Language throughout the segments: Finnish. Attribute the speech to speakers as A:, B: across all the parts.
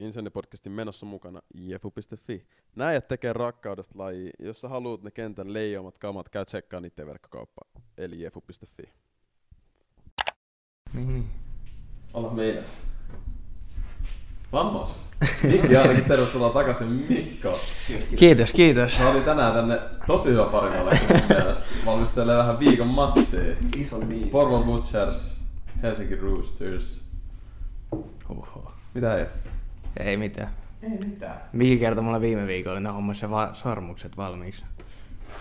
A: Insonni-podcastin menossa mukana jefu.fi. Näijät tekee rakkaudesta laji. Jos sä haluat ne kentän leijomat kamat, käy tsekkaa niiden verkkokauppaa. Eli jefu.fi.
B: Niin, niin.
A: Olla meinas. Vamos! Mikki ainakin tervetuloa takaisin Mikko.
B: Kiitos, kiitos.
A: Mä olin tänään tänne tosi hyvä parimalle mielestä. Valmistelee vähän viikon matsia.
C: Iso diili.
A: Porvon Butchers, Helsinki Roosters.
B: Oho.
A: Mitä ei?
B: Ei mitään.
C: Ei mitään.
B: Miki kertoi mulle viime viikolla ne hommassa va- sormukset valmiiksi.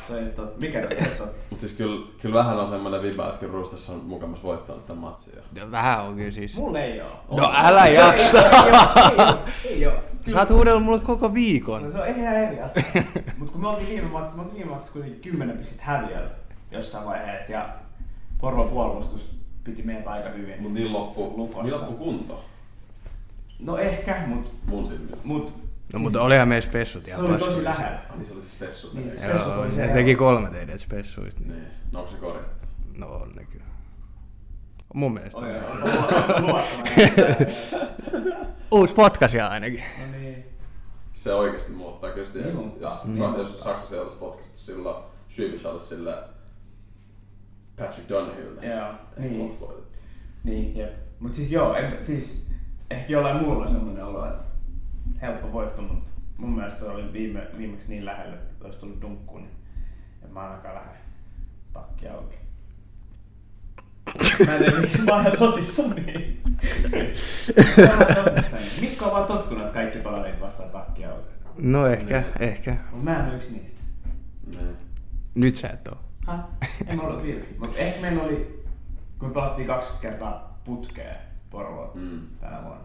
C: Toi ei totta. Mikä ei ole totta?
A: Mut siis kyllä, kyllä vähän on semmoinen viba, että kyllä Roosters on mukamas voittanut tämän matsin jo.
B: No, Vähän on kyllä siis.
C: Mulla ei oo.
B: No älä jaksa!
C: Ei oo, Ei oo.
B: Sä oot huudellut mulle koko
C: No
B: viikon.
C: se on ihan eri asia. Mut kun me oltiin viime matsissa, me oltiin viime matsissa kuitenkin 10 pistettä häviöllä jossain vaiheessa ja Porvon puolustus piti meitä aika hyvin.
B: Mm.
A: Mut niin loppu,
C: Lukossa.
A: niin loppu kunto
C: No ehkä, mut,
A: mun silmin.
C: mut siis
B: No mutta olihan meidän spessut
C: se
B: ihan
C: oli
B: paskoja.
C: tosi lähellä.
A: Ah, niin se oli siis spessu.
C: Niin se-
B: Joo,
C: Spessut oli se
B: ne
C: ero.
B: teki kolme teidän spessuista. Niin.
A: Niin, no onko se korjattu?
B: No on ne kyllä. Mun mielestä
C: Oli
B: on.
C: oli luottamainen.
B: Uusi potkasia ainakin.
C: No niin.
A: Se oikeesti muuttaa kyllä sitä.
C: Niin muuttaa.
A: Jos,
C: Niin
A: jos,
C: muuttaa.
A: Saksassa ei olisi niin potkastu silloin, Schwäbisch olisi sille Patrick Donahue.
C: Joo, niin.
A: voitettu.
C: Niin, jep. Mut siis joo, en, siis ehkä jollain muulla on semmonen olo, että helppo voitto, mutta mun mielestä toi oli viime, viimeksi niin lähellä, että olisi tullut dunkkuun, niin en mä ainakaan lähde takki auki. Mä en tiedä, miksi mä oon ihan tosissani. Mä oon ihan tosissani. Mikko on vaan tottunut, että kaikki palaverit vastaa takki auki.
B: No ehkä, ehkä.
C: Mut mä en ole yksi niistä.
A: Niin.
B: Nyt sä et oo.
C: Häh? En mä ollut viime. Mut ehkä meillä oli, kun me pelattiin 20 kertaa putkea Porvoa
A: Mm.
C: tänä vuonna,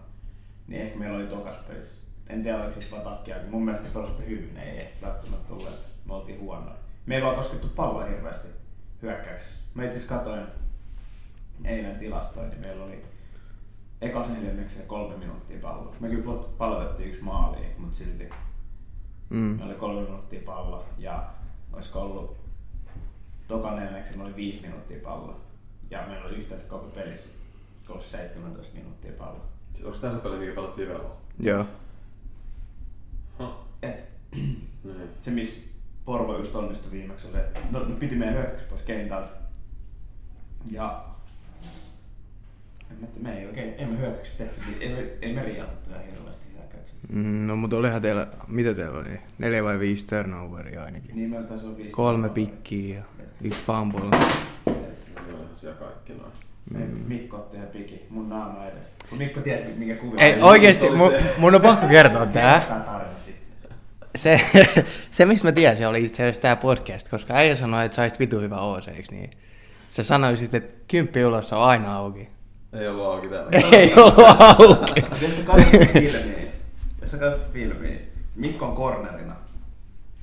C: niin ehkä meillä oli tokas pelissä. En tiedä, oliko siis vaan takia, kun mun mielestä pelasitte hyvin, ei ehkä välttämättä tullut, että me oltiin huonoja. Me ei vaan koskettu palloa hirveästi hyökkäyksessä. Mä itse asiassa katsoin eilen tilastoin, niin meillä oli eka neljänneksellä kolme minuuttia palloa. Me kyllä pal- pallotettiin yksi maali, mutta silti
B: Mm.
C: Meillä oli kolme minuuttia pallo ja olisiko ollut tokan neljänneksellä oli viisi minuuttia pallo. Ja meillä oli yhteensä koko pelissä ollut 17 minuuttia pallo.
A: Siis onko tää se peli, mikä pelattiin veloa?
B: Joo.
A: Huh.
C: Et
A: Niin.
C: se, missä Porvo just onnistui viimeksi, oli, että no, no piti meidän hyökkäys pois kentältä. Ja en mä, me ei oikein, emme hyökkäyksiä tehty, ei, me- ei me riiattu ihan hirveästi hyökkäyksiä.
B: Mm, No mutta olihan teillä, mitä teillä oli? Neljä vai viisi turnoveria ainakin.
C: Niin meillä taisi olla viisi.
B: Kolme pikkiä ja yksi fumble.
A: Ne oli ihan siellä kaikki noin.
C: Mm. Mikko otti yhden pikin mun naama edestä. Kun Mikko tiesi, mikä kuvio
B: Ei,
C: oli.
B: oikeesti, mun, mun on pakko kertoa tää.
C: Tää tarina sitten.
B: Se, se mistä mä tiesin, oli itse asiassa tää podcast, koska äijä sanoi, että saisit vitu hyvä OC, eiks niin? Sä sanoisit, että kymppi ulos on aina auki.
A: Ei ollut auki täällä.
B: Ei ollut auki.
C: Mut Jos sä katsot filmiä, jos sä katsot filmiä, Mikko on cornerina.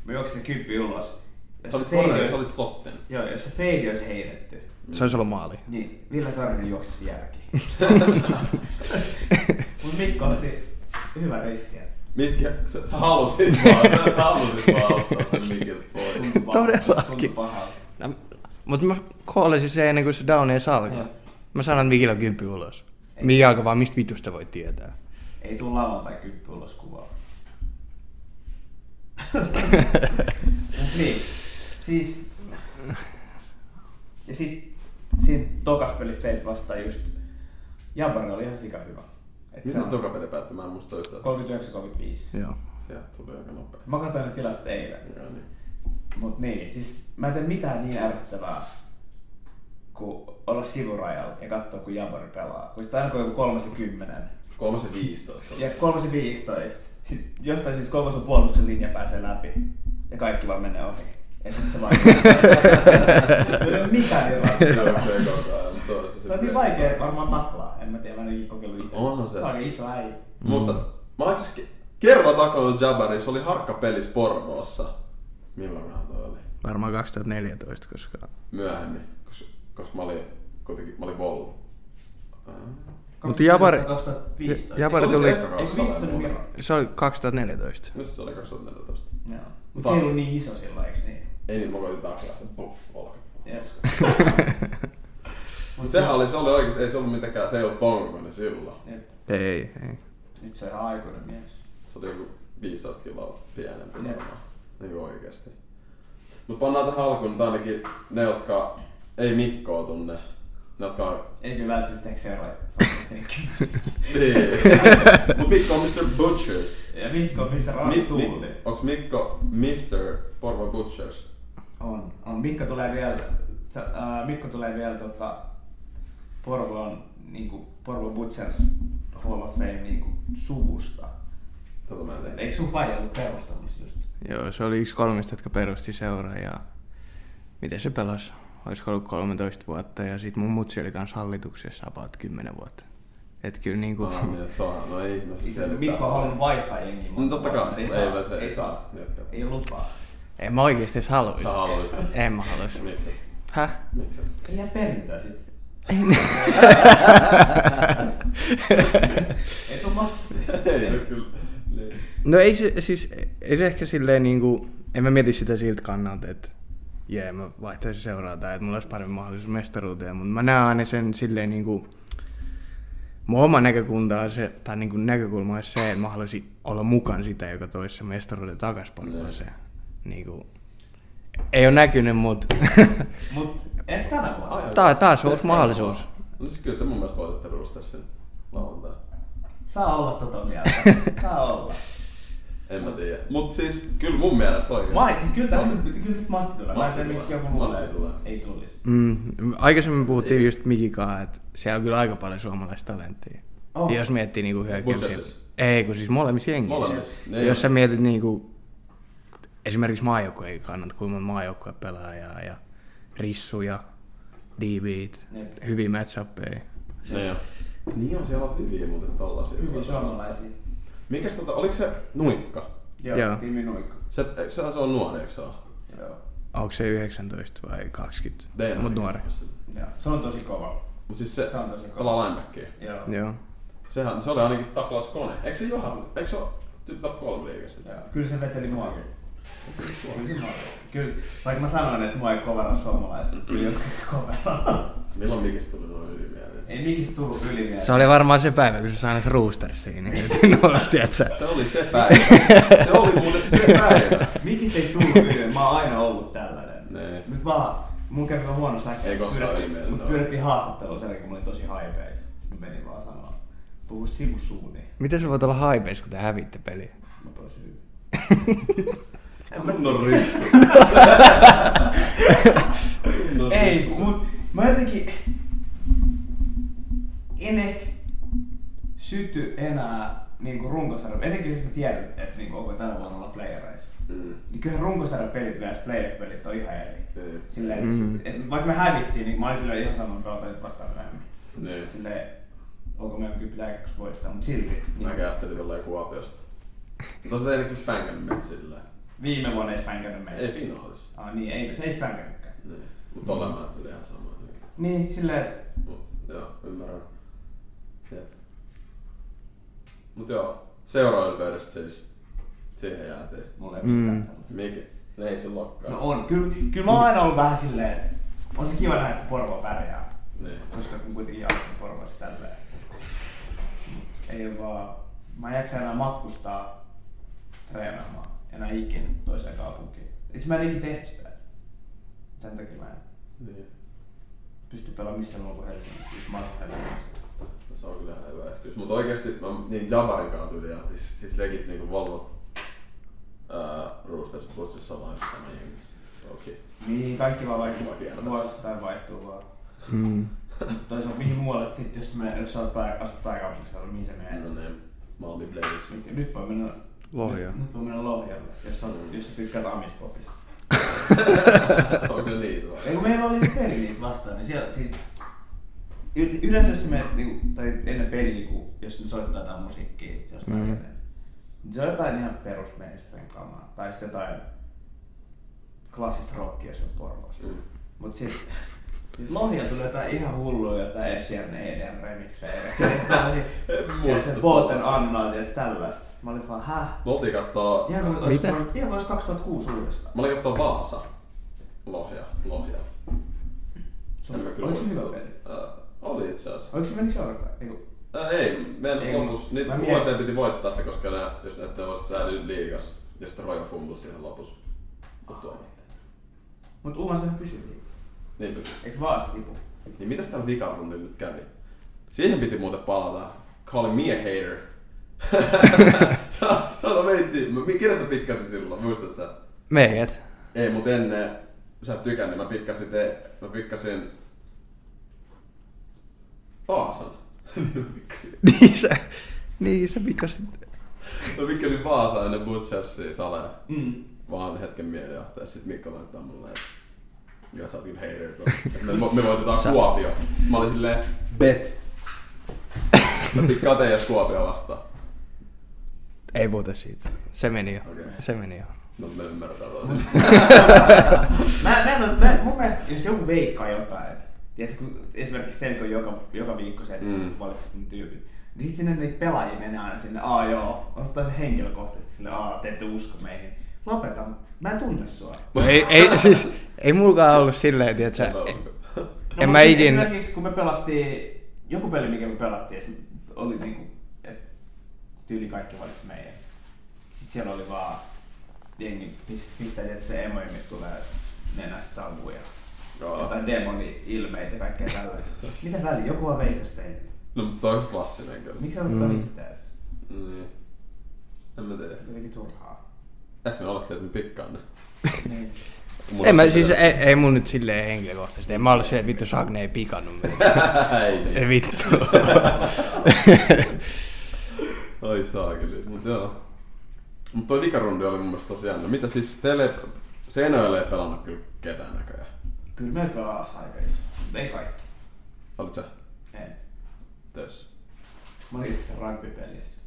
C: Mä juoksin se kymppi ulos.
A: Sä
C: Jos se
A: olit korjattu,
C: fade
A: sä
C: olis,
A: olit slottin.
C: joo, jos se fade olisi heitetty,
B: Se olisi ollut maali.
C: niin Ville Karinen juoksisi vieläkin. Mut Mikko otti hyvän riskin.
A: Miski, sä, sä halusit vaan, sä halusit vaan ottaa sen mikiltä pois.
C: Tuntui pahalta,
B: Todellakin.
C: Tuntui pahalta.
B: No, mutta mä koolasin se ennen kuin se down ei salko.
C: Joo.
B: Mä sanon, että Mikillä on kymppi ulos. Mikä alkoi vaan, mistä vitusta voi tietää.
C: Ei tuu lauantai kymppi ulos kuvaa. Mut niin, siis... Ja sit siinä tokas pelissä teit vastaan just... Jabari oli ihan sika hyvä. Et
A: Miten se
C: on
A: toka peli päättyi? Mä en muista yhtään.
C: 39-35.
B: Joo.
A: Sieltä tuli aika nopea.
C: Mä katsoin ne tilastot eilen.
A: Joo, niin.
C: Mut niin, siis mä en tee mitään niin ärsyttävää kuin olla sivurajalla ja katsoa kun Jabari pelaa. Kun sit aina kun on joku kolmas ja kymmenen,
A: Kolmas ja 15.
C: Ja 315. Sitten jostain siis koko sun puolustuksen linja pääsee läpi. Ja kaikki vaan menee ohi. Ja sit se vaan... Ei ole mitään
A: Kyllä
C: erilaista.
A: se ei koko ajan, mutta toisessa
C: Se on niin
A: sitten-
C: vaikea varmaan taklaa. En mä tiedä, mä en ole kokeillut itse.
A: Onhan se.
C: on aika iso äijä.
A: Muista, mä oon itse asiassa ke- kerran taklannut Jabari, se oli harkkapelissä Porvoossa. Milloin mä toi oli?
B: Varmaan 2014, koska...
A: Myöhemmin, koska, koska mä olin kuitenkin, mä olin Volvo.
B: Mutta Jabari-
C: 2015.
B: Jabari
C: Eikö se-
B: tuli-
C: Eikö 15 tuli Miro?
B: Se oli 2014.
A: Nyt se oli 2014.
C: Joo. Mut se ei ollut niin iso silloin, eiks niin?
A: Ei niin, mä koitin taklaa sen, puff, olka.
C: Jep.
A: Mut sehän oli, se oli oikeesti, ei se ollut mitenkään, se ei ollut tonkonen niin silloin.
C: Jep.
B: Ei, ei.
C: Nyt se on ihan aikuinen mies.
A: Se oli joku 15 kiloa pienempi
C: Jep.
A: varmaan. Niin oikeesti. Mut pannaan tähän alkuun nyt ainakin ne, jotka ei Mikkoa tunne. Ne, jotka on...
C: Ei kyllä välttämättä ehkä seuraa saamista
A: Niin. Mut Mikko on Mr. Butchers.
C: Ja Mikko, mistä rahat
A: Mis-
C: tuuli?
A: Mi- onks Mikko Mr. Porvo Butchers?
C: On, on. Mikko tulee vielä, sa- ää, Mikko tulee vielä tota, Porvoon, niinku, Porvo Butchers Hall of Fame niinku, suvusta.
A: Tätä mä en
C: Et
A: tiedä.
C: Eikö sun faija ollut perustamassa just?
B: Joo, se oli yksi kolmesta, jotka perusti seuraa ja miten se pelasi? Olisiko ollut 13 vuotta ja sit mun mutsi oli kanssa hallituksessa about 10 vuotta. Et kyllä niinku...
A: No, niin, että saa, no ei ihme.
C: Siis Mikko on halunnut vaihtaa jengiä.
A: No totta kai,
C: ei,
A: ei,
C: saa,
A: ei, se
C: ei saa.
A: Jep, jep.
C: Ei lupaa.
B: en mä oikeesti edes haluis.
A: Sä haluisit.
B: En mä haluis.
A: Miksi?
B: Häh?
A: Miksi?
C: Ei jää perintöä sit. ei tuu massi.
A: ei, no kyllä. Niin.
B: No ei se, siis, ei se ehkä silleen niinku, en mä mieti sitä siltä kannalta, että jee, mä vaihtaisin seuraa tai että mulla olisi parempi mahdollisuus mestaruuteen, mutta mä näen aina sen silleen niinku, mun oma näkökunta on se, tai niinku näkökulma on se, että mä haluaisin olla mukaan sitä, joka toisi sen mestaruuden takaisin
A: Joo.
B: se. Niinku, ei ole näkynyt, mutta
C: Mut ehkä tänä vuonna.
A: Ai,
B: Tää- taas
A: ai,
B: uusi
A: ai,
B: mahdollisuus.
A: ai. No siis kyllä te mun mielestä voitatte perustaa sen lauantai.
C: Saa olla tota mieltä. Saa olla.
A: En mä tiedä. Mut siis kyllä mun mielestä oikein.
C: Mä siis kyllä tässä kyllä tästä matsi tulee. Mä en tiedä
A: Matsi
C: miksi
A: tulee.
C: joku muu
A: Matsi tulee.
C: ei tulisi.
B: mm, aikaisemmin puhuttiin just Mikikaan, että siellä on kyllä aika paljon suomalaista talenttia.
C: On.
B: Jos miettii niinku hyökkäyksiä.
A: Butchersissa?
B: Ei, kun siis molemmissa jengissä.
A: Molemmissa, niin.
B: Jos sä mietit niinku, esimerkiksi maajoukkue ei kannata, kuinka monta maajoukkue pelaajaa ja rissuja, d
C: Jep.
B: hyviä matchappeja.
A: No joo. Niin on siellä on hyviä muuten tollasia.
C: Hyvin suomalaisia.
A: Mikäs tota, oliks se nuikka?
C: Joo,
B: Joo.
C: Timi Nuikka.
A: Se, eikö se, se on nuori, eikö se ole?
C: Joo.
B: Onko se 19 vai 20?
A: Deina.
B: Mut nuori.
C: Joo. Se on tosi kova.
A: siis Mut siis se,
C: Se on tosi kova.
A: pelaa linebackia.
C: Joo.
B: Joo.
A: Sehän, se oli ainakin taklaus kone. Eikö se johan, eikö se ole tyttö kolme liikassa?
C: Joo. Kyllä se veteli muakin. Kyllä se mua- Kyllä, vaikka mä sanoin, että mua ei kovera suomalaiset, mutta kyllä joskus kovera.
A: Milloin mikistä tuli noin yli mieleen?
C: ei mikistä tullut yli vielä.
B: Se oli varmaan se päivä, kun sä sain roostersiin, niin nosti, et sä.
A: Se oli se päivä. se oli muuten se päivä.
C: Mikistä ei tullut yli, mä oon aina ollut tällainen.
A: Nee.
C: Nyt vaan, mun kävi vähän huono säkki.
A: Niin. Ei koskaan
C: pyydettiin,
A: yli
C: mut
A: mennyt.
C: pyydettiin haastattelua sen jälkeen, kun mä olin tosi haipeis. Sitten mä menin vaan sanoa. Puhu sivusuuni.
B: Miten sä voit olla haipeis, kun te hävitte peliä?
C: Mä pelasin hyvin.
A: Kunnon rissu. Kunnon
C: Ei,
A: rissu.
C: mut mä jotenkin... En ehkä syty enää niinku runkosarja, etenkin jos mä tiedän, että niinku onko tänä vuonna olla playereissa.
A: Mm.
C: Niin kyllähän runkosarjapelit vs. playoff-pelit on ihan eri.
A: Niin.
C: Silleen,
B: Mm.
C: mm. et, vaikka me hävittiin, niin mä olin silleen ihan sama pelata nyt vastaan myöhemmin.
A: Niin.
C: Silleen, onko meidän kyllä pitää kaksi voittaa, mutta silti. Niin,
A: Mä ajattelin tällä Kuopiosta. Mutta se ei niinku spänkännyt meitä silleen.
C: Viime vuonna ei spänkännyt meitä.
A: Ei finaalissa.
C: Ah, niin, ei, se ei spänkännytkään.
A: Niin. Mut tuolla mä ajattelin ihan samaa. niin.
C: Niin, silleen, että
A: Mut joo, ymmärrän. Jep. Mut joo, seuraylpeydestä siis. Siihen jäätiin.
C: mulla ei
B: Mm.
C: ole mitään sellaista.
A: Miki? Ei sullakaan.
C: No on. Kyllä, kyllä mä oon aina ollut vähän silleen, että on se kiva nähdä, kun Porvo pärjää.
A: Niin.
C: Koska kun kuitenkin jatkuu Porvossa tälleen. Mut Ei vaan. Mä en jaksa enää matkustaa treenaamaan. Enää ikinä toiseen kaupunkiin. Itse mä en ikinä tehnyt sitä. Sen takia mä en
A: Niin.
C: pysty pelaamaan missään muualla kuin Helsingissä, jos mä oon Helsingissä.
A: No se on kyllä ihan hyvä hetki. Mutta oikeesti mä niin Javarin kautta yli ja siis, siis legit niinku valvot ää, Roosters Butchissa vaan yksi sama jengi. Okei.
C: Niin, kaikki vaan
A: Kiva kiertää.
C: vaihtuu. Vuosittain vaihtuu vaan.
B: Mm.
C: Toisaalta mihin muualle sitten, jos, mä, jos sä oot pää, asut pääkaupunkiseudulla, mihin sä menet?
A: No niin, Malmi Blaze.
C: Mikä- Nyt voi mennä
B: Lohja.
C: Nyt, nyt voi mennä Lohjalle, jos, on, jos sä tykkäät Amispopista.
A: Onko se niitä vai?
C: Ei kun meillä oli se peli niitä vastaan, niin siellä siis... y- Yleensä jos sä menet, niinku, tai ennen peliä, kun, jos ne soittaa jotain musiikkia jostain
B: Mm.
C: mm. niin se on jotain ihan perusmeisterin kamaa. Tai sitten jotain klassista rockia, jos on porvossa.
A: Mm.
C: Mut sit, sit Lohja tulee jotain ihan hullua, jotain Ed Sheeran EDM remiksejä. Ja tiedätkö tällaisia,
A: En muista
C: tiedätkö Boten
A: tollasia.
C: Annaa, tiedätkö tällaista. Mä olin vaan, no, häh?
A: Mä oltiin kattoo...
C: Ihan kuin olisi,
B: Mitä?
C: ihan kuin olisi 2006 uudestaan.
A: Mä olin kattoo Vaasa. Lohja. Lohja.
C: Se on- Oliko se hyvä
A: muista.
C: peli?
A: Ää, oli itse asiassa.
C: Oliko se meni seurataan? Eiku,
A: Ää, ei, meidän
C: Ei,
A: lopussa. niin, Nyt
C: mä mietin-
A: USA piti voittaa se, koska ne, jos ne ettei voisi säilyä liigas. Ja sitten Roja fumble siihen lopussa. Kun tuomittiin.
C: Mut Uvan sehän pysyy liikaa.
A: Niin pysyy.
C: Eiks vaan se tipu?
A: Niin mitäs täällä vikarundilla nyt kävi? Siihen piti muuten palata. Call me a hater. Sä- Sano meitsi, mä mi- kirjoitan pikkasen silloin, muistat sä?
B: Meijät.
A: Ei, mut ennen sä et tykännyt, mä pikkasin te, mä pikkasin... Vaasan. mä pikkasin-
B: Niin sä, niin sä pikasit.
A: mä pikkasin Vaasan ennen Butchersia salea.
C: Mm.
A: Vaan hetken mielijohtaja, sit Mikko laittaa mulle, että ja sä oot kyllä hater, bro. me, me voitetaan
B: Sä-
A: Kuopio. Mä olin silleen, bet. Mä pikkaan teidän Kuopio vastaan.
B: Ei puhuta siitä. Se meni jo.
A: Okei.
B: Se meni jo.
A: No me ymmärretään toisin.
C: Mä, mä en oo, mä, mun mielestä jos joku veikkaa jotain, tiedätkö, kun esimerkiksi teillä kun on joka, joka viikko se, että
A: Mm.
C: mm. valitset ne tyypit, niin sitten sinne niitä pelaajia menee aina sinne, aa joo, ottaa se henkilökohtaisesti sille, aa te ette usko meihin. Lopeta, mä en tunne sua.
B: No ei, ei, siis, ei mulkaan ollut silleen, tiiätsä, En
C: mut
B: mä
C: siis
B: ikin-
C: Esimerkiksi kun me pelattiin, joku peli mikä me pelattiin, et oli niinku, että tyyli kaikki valitsi meidän. Sitten siellä oli vaan jengi, pis- pistää tietysti se emoimit tulee nenästä sammuu ja
A: Joo.
C: jotain demoni-ilmeitä ja kaikkea tällaista. Mitä väliä? Joku vaan veikkasi pelin.
A: No mut toi on klassinen kyllä.
C: Miksi sä otat
B: Mm.
C: mm. itseäsi?
A: Niin. En mä tiedä.
C: Jotenkin turhaa.
A: Eh, me olettiin, että me pikkaan ne.
C: niin.
A: Mun
B: En mä,
A: on
B: siis
A: se-
B: ei, ei mun nyt silleen henkilökohtaisesti. En mä ollut silleen, vittu Sagne ei pikannut meitä.
A: ei niin.
B: Ei vittu.
A: Ai saakeli. Mut joo. Mut toi vikarundi oli mun mielestä tosi jännä. Mitä siis teille... Seinöille ei pelannut kyllä ketään näköjään.
C: Kyllä me pelas aika iso, mutta ei kaikki.
A: Olit sä
C: En.
A: töissä?
C: Mä olin itse asiassa rugbypelissä.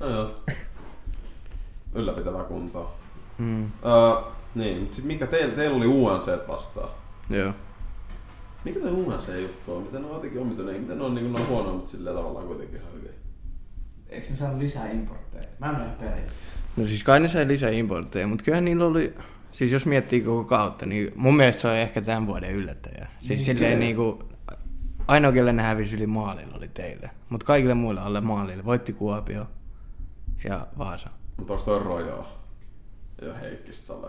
A: No joo. Ylläpitävää kuntoa.
B: mm,
A: Öö, niin, mut sit mikä teillä, teillä oli UNC vastaan?
B: joo.
A: Mikä tämä UNC-juttu on? Miten ne on jotenkin omituinen? Miten ne on, niin ne on huono, mutta silleen tavallaan kuitenkin ihan hyvin?
C: Eikö ne saanut lisää importteja? Mä en ole ihan perillä.
B: No siis kai ne sai lisää importteja, mutta kyllähän niillä oli... Siis jos miettii koko kautta, niin mun mielestä se on ehkä tämän vuoden yllättäjä. Siis
C: Niin,
B: niin, silleen
A: kyllä.
B: niinku... Ainoa, kelle ne hävisi yli maalilla oli teille. Mutta kaikille muille alle maalille. Voitti Kuopio ja Vaasa.
A: Mutta onko toi Rojoa ja Heikkistä sale?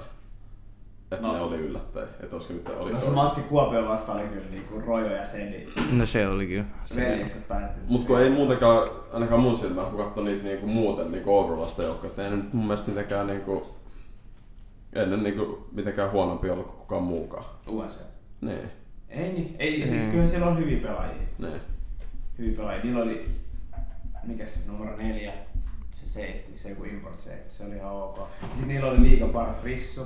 A: Että
C: No.
A: ne oli yllättäen. Että olisiko nyt oli
C: No se matsi Kuopion vastaan oli kyllä niinku Rojo ja Seni.
B: No se oli kyllä. Se,
C: Veljekset päätti.
A: Mut kun ei muutenkaan, ainakaan mun silmään, kun katsoo niitä niinku muuten niinku Ourulasta joukkoja, että ei ne nyt mun mielestä mitenkään niinku... Ennen niinku mitenkään huonompi ollut kuin kukaan muukaan.
C: USA.
A: Niin,
C: Ei niin. Ei, ja
B: Mm.
C: siis kyllä siellä on hyviä pelaajia.
A: niin.
C: Hyviä pelaajia. Niillä oli, mikä se numero neljä, se safety, se joku import safety, se oli ihan ok. Sitten niillä oli liiga paras Rissu.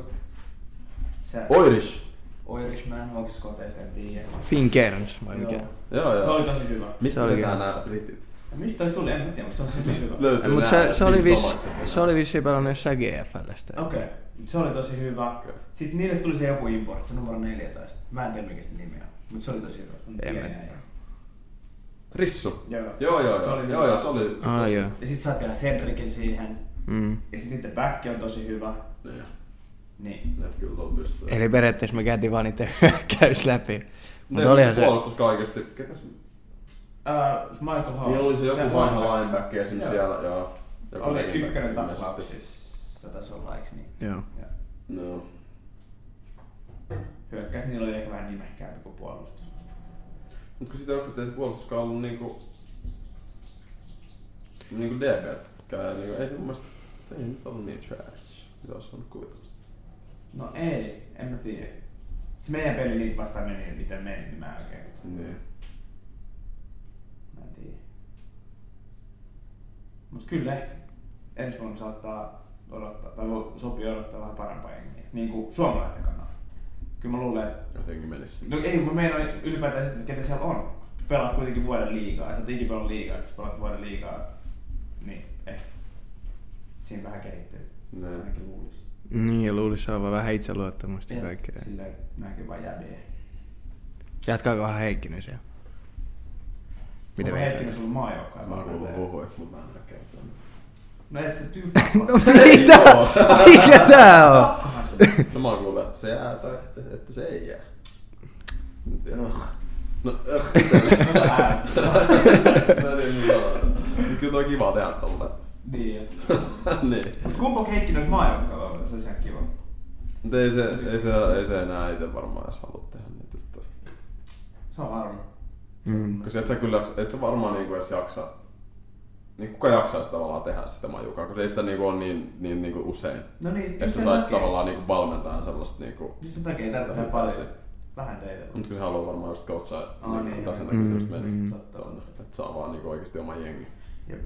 C: Se
A: Oirish!
C: Oirishman, onko se koteista, en tiedä.
B: Finn Cairns vai mikä?
C: Joo.
A: Joo
C: Se
A: joo.
C: oli tosi hyvä.
A: Mistä
B: Se oli
A: vetää
B: kyllä.
A: nää britit?
C: Ja mistä toi tuli, en mä tiedä, mutta se on se hyvä.
A: Löytyy
B: Mutta
A: nää
B: se, se, oli vis,
A: tomakset.
B: se oli vissiin pelannut jossain GFLstä.
C: Okei, okay. se oli tosi hyvä.
A: Okei.
C: Okay. Sitten niille tuli se joku import, se numero 14. Mä en tiedä mikä sen nimi on, mutta se oli tosi hyvä. On
B: En mä
C: pieni
B: tiedä.
A: Rissu.
C: äijä. Joo.
A: Joo joo
C: Se
A: joo.
C: oli
A: Joo
C: hyvä.
A: joo, se oli... se-
B: Ah, joo.
C: Ja sit saat vielä Cedricin siihen.
B: Mm.
C: Ja sit niiden back on tosi hyvä.
A: Niin,
C: Niin.
A: ne kyllä tuon pystyy.
B: Eli periaatteessa me käytiin vaan niitä hyökkäys läpi.
A: Ne
B: Mutta olihan se...
A: Puolustus kaikesti. Ketäs?
C: Uh, Michael
A: Niillä
C: Hall.
A: Niin oli se joku vanha
C: vanha-
A: lineback esim.
C: Joo.
A: siellä. Joo. Joku
C: Oli
A: lineback
C: ykkönen
A: ilmeisesti.
C: taklauksissa. Se taisi olla, eiks niin?
B: Joo.
C: Ja
A: No.
C: Hyökkäys niillä oli ehkä vähän nimekkäämpi kuin puolustus.
A: Mut kun sitä ostettiin se puolustuskaan ollut niinku... Niinku DB. Niinku, ei se mun mielestä... Ei nyt ollut niin trash. Mitä olisi voinut kuvitella.
C: No ei, en mä tiedä. Se meidän peli niitä vastaan meni, miten meni, niin mä en oikein.
A: Niin.
C: Mä en tiedä. Mut kyllä ehkä ensi vuonna saattaa odottaa, tai vo- sopii odottaa vähän parempaa jengiä. Niin kuin suomalaisten kannalta. Kyllä mä luulen, että...
A: Jotenkin menis.
C: No ei, mä meinaan ylipäätään sitä, että ketä siellä on. Pelaat kuitenkin vuoden liigaa, sä oot ikinä pelannut liigaa, että sä pelaat vuoden liigaa. Niin, ehkä. Siinä vähän kehittyy.
A: Niin.
C: Ainakin luulis.
B: Niin, ja luulisi saavan vähän itseluottamusta ja kaikkea.
C: Silleen näkyy vaan jäbiä.
B: Jatkaakohan Heikkinen siellä? Mitä
C: Onko
B: veikkaat?
C: Heikkinen sulla maajoukkoja?
A: Mä oon kuullut huhuja, mut mä en ole kertonut.
C: No et sä tyyppi.
B: No mitä? Mikä tää on?
C: Pakkohan sun.
A: No mä oon kuullut, että se jää tai että, että se ei jää. En tiedä. No, äh, itsellesi.
C: Sulla on ääni.
A: Mä tein niin sanoa. Mut Kyllä toi on kiva tehdä tolle.
C: Niin.
A: niin.
C: Mut kumpa heikkinen olisi maajoukkoilla ollut, se olisi ihan kiva.
A: Mut ei se, ei se, ei se enää itse varmaan edes halua tehdä niitä juttuja.
C: Se on harmi.
B: Mm.
A: Koska et sä kyllä, et sä varmaan niinku edes jaksa, niin kuka jaksaisi tavallaan tehdä sitä majukaa, kun ei sitä niinku ole niin, niin niinku usein.
C: No niin,
A: Ja
C: just
A: sitä
C: sen
A: saisi
C: takia-
A: tavallaan niinku valmentaa sellaista niinku,
C: Just sen takia ei tarvitse
A: Sitä
C: tehdä paljon.
A: hyppäisiä.
C: Vähän teitä.
A: mutta kyllä se haluaa varmaan just coachaa,
C: Aa, niin,
A: mitä sen
C: joo.
A: takia se just
B: Mm,
A: meni
B: mm.
C: Totta.
A: tonne, että saa vaan niinku oikeesti oma jengi.
C: Jep.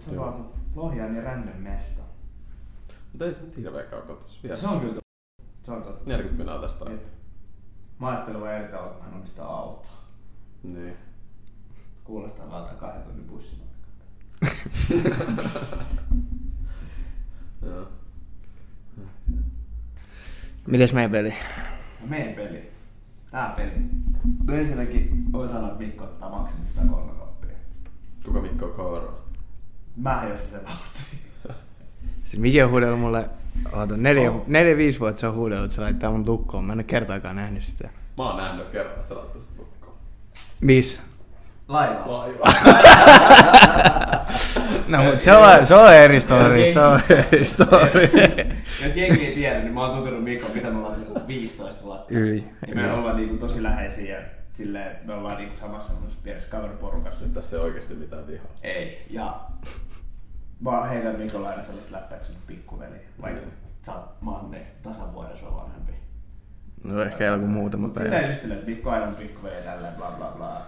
C: Se on
A: Joo.
C: vaan Lohjan ja Rännön mesta.
A: Mutta ei se nyt hirveä kaukaa tossa vielä.
C: Se on kyllä totta. Se on totta.
A: 40 minaa tästä.
C: Jep. Mä ajattelin vaan eri tavalla, kun mä en omista autoa.
A: Niin.
C: Kuulostaa vaan tää kahden tunnin bussimatka.
A: Joo.
B: Mites meidän peli?
C: No meidän peli. Tää peli. No ensinnäkin voi sanoa, että Mikko ottaa maksimista 103 kappia.
A: Kuka Mikko Kaura?
C: Mä jos se vauhti.
B: Siis Miki on huudellut mulle, oota, neljä,
A: Oh.
B: neljä viisi vuotta se on huudellut, että se laittaa mun lukkoon. Mä en ole kertaakaan nähnyt sitä.
A: Mä oon nähnyt kerran, että sä laittoi sit lukkoon.
B: Viisi.
C: Laiva.
A: Laiva.
B: No mut se on, se on eri story, se on eri story.
C: Jos jengi ei tiedä, niin mä oon tuntenut Mikko, mitä me ollaan niinku 15 vuotta.
B: Yli.
C: Ja me ollaan niinku tosi läheisiä ja silleen, me ollaan niinku samassa semmoisessa pienessä kaveriporukassa.
A: Nyt tässä ei oikeesti mitään vihaa.
C: Ei. Ja mä heitän Mikolle aina sellaista läppää, että sun pikkuveli. Vaikka
A: Mm.
C: sä oot, mä oon ne tasan vuoden sua vanhempi.
B: No ehkä joku muutama
C: Mutta sillä
B: päivä.
C: ystävät, että pikku aina on pikkuveli ja tälleen bla bla bla.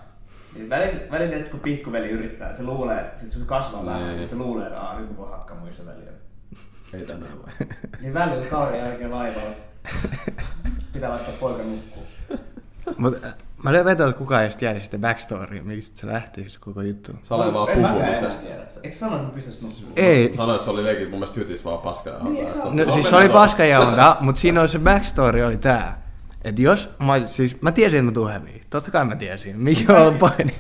C: Niin välillä, välillä tietysti, kun pikkuveli yrittää, se luulee, sit sun kasvaa vähän,
A: Niin.
C: sit se luulee, että aah, nyt mä voin hakkaa mun isäveliä.
A: Ei tänään vai?
C: Niin välillä kauden jälkeen laivalla pitää laittaa poika nukkuu.
B: Mut äh, mä olen vetänyt, että kukaan ei sit tiedä sitä backstorya, miksi se lähti se koko juttu.
A: Sale vaan
C: En mäkään enää
A: puhumisesta.
C: tiedä sitä. Eikö sano, että mä pistäis nukkumaan?
B: Ei.
A: Sanoit, että se oli legit mun mielestä hytis vaan paskaa.
C: Niin, eikö se ole?
B: No siis se oli paskajaonta, mutta siinä oli se backstory oli tää. Et jos, mä, olis- siis mä tiesin, että mä tuun häviin. Totta kai mä tiesin. Miki on ollut paini.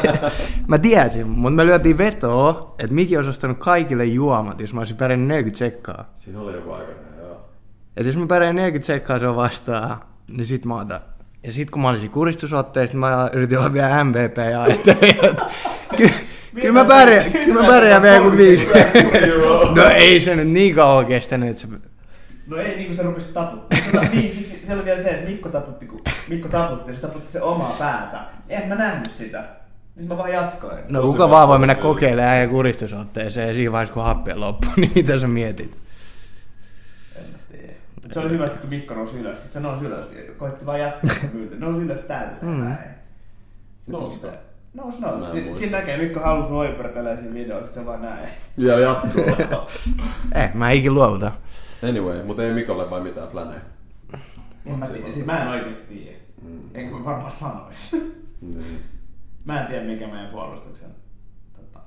B: mä tiesin, mutta me lyötiin vetoa, että Miki olisi ostanut kaikille juomat, jos mä olisin pärjännyt 40 sekkaa.
A: Siinä oli joku aikana, joo.
B: Et jos mä pärjään 40 sekkaa se on vastaan, niin sit mä otan. Ja sit kun mä olisin kuristusotteessa, niin mä yritin olla vielä MVP ja ajattelin, että kyllä, kyllä mä pärjään, kyllä mä pärjään vielä kuin viisi. No ei se nyt niin kauan kestänyt, että se
C: No ei, niin kuin se rupesi taputtaa. Tota, niin, siksi se oli vielä se, että Mikko taputti, kun Mikko taputti, se taputti se omaa päätä. En mä nähnyt sitä. Niin mä vaan jatkoin.
B: No
A: Tosi
B: kuka
A: vahva
B: vaan voi mennä
A: peli.
B: kokeilemaan ja kuristusotteeseen ja siinä vaiheessa kun happea loppuu, niin mitä sä mietit?
C: En mä tiedä. Mut se oli hyvä, sit kun Mikko nousi ylös. Sitten se nousi ylös ja koitti vaan jatkaa sitä myyntiä. Nousi ylös tälleen
B: Mm.
C: näin. Sitten
A: Nousi
C: mitä-
A: tää.
C: Nousi,
A: Mä en
C: nousi. Si-
A: muista.
C: Siinä näkee, Mikko halusi oipera tällaisen videon, sit se vaan näin.
A: Ja jatkuu.
B: Eh, mä ikin luovuta.
A: Anyway, mutta ei Mikolle vai mitään planeja.
C: En mä tiedä, siis mä en oikeesti tiedä.
A: Mm.
C: Enkä mä varmaan sanois.
A: Niin.
C: Mä en tiedä mikä meidän puolustuksen tota,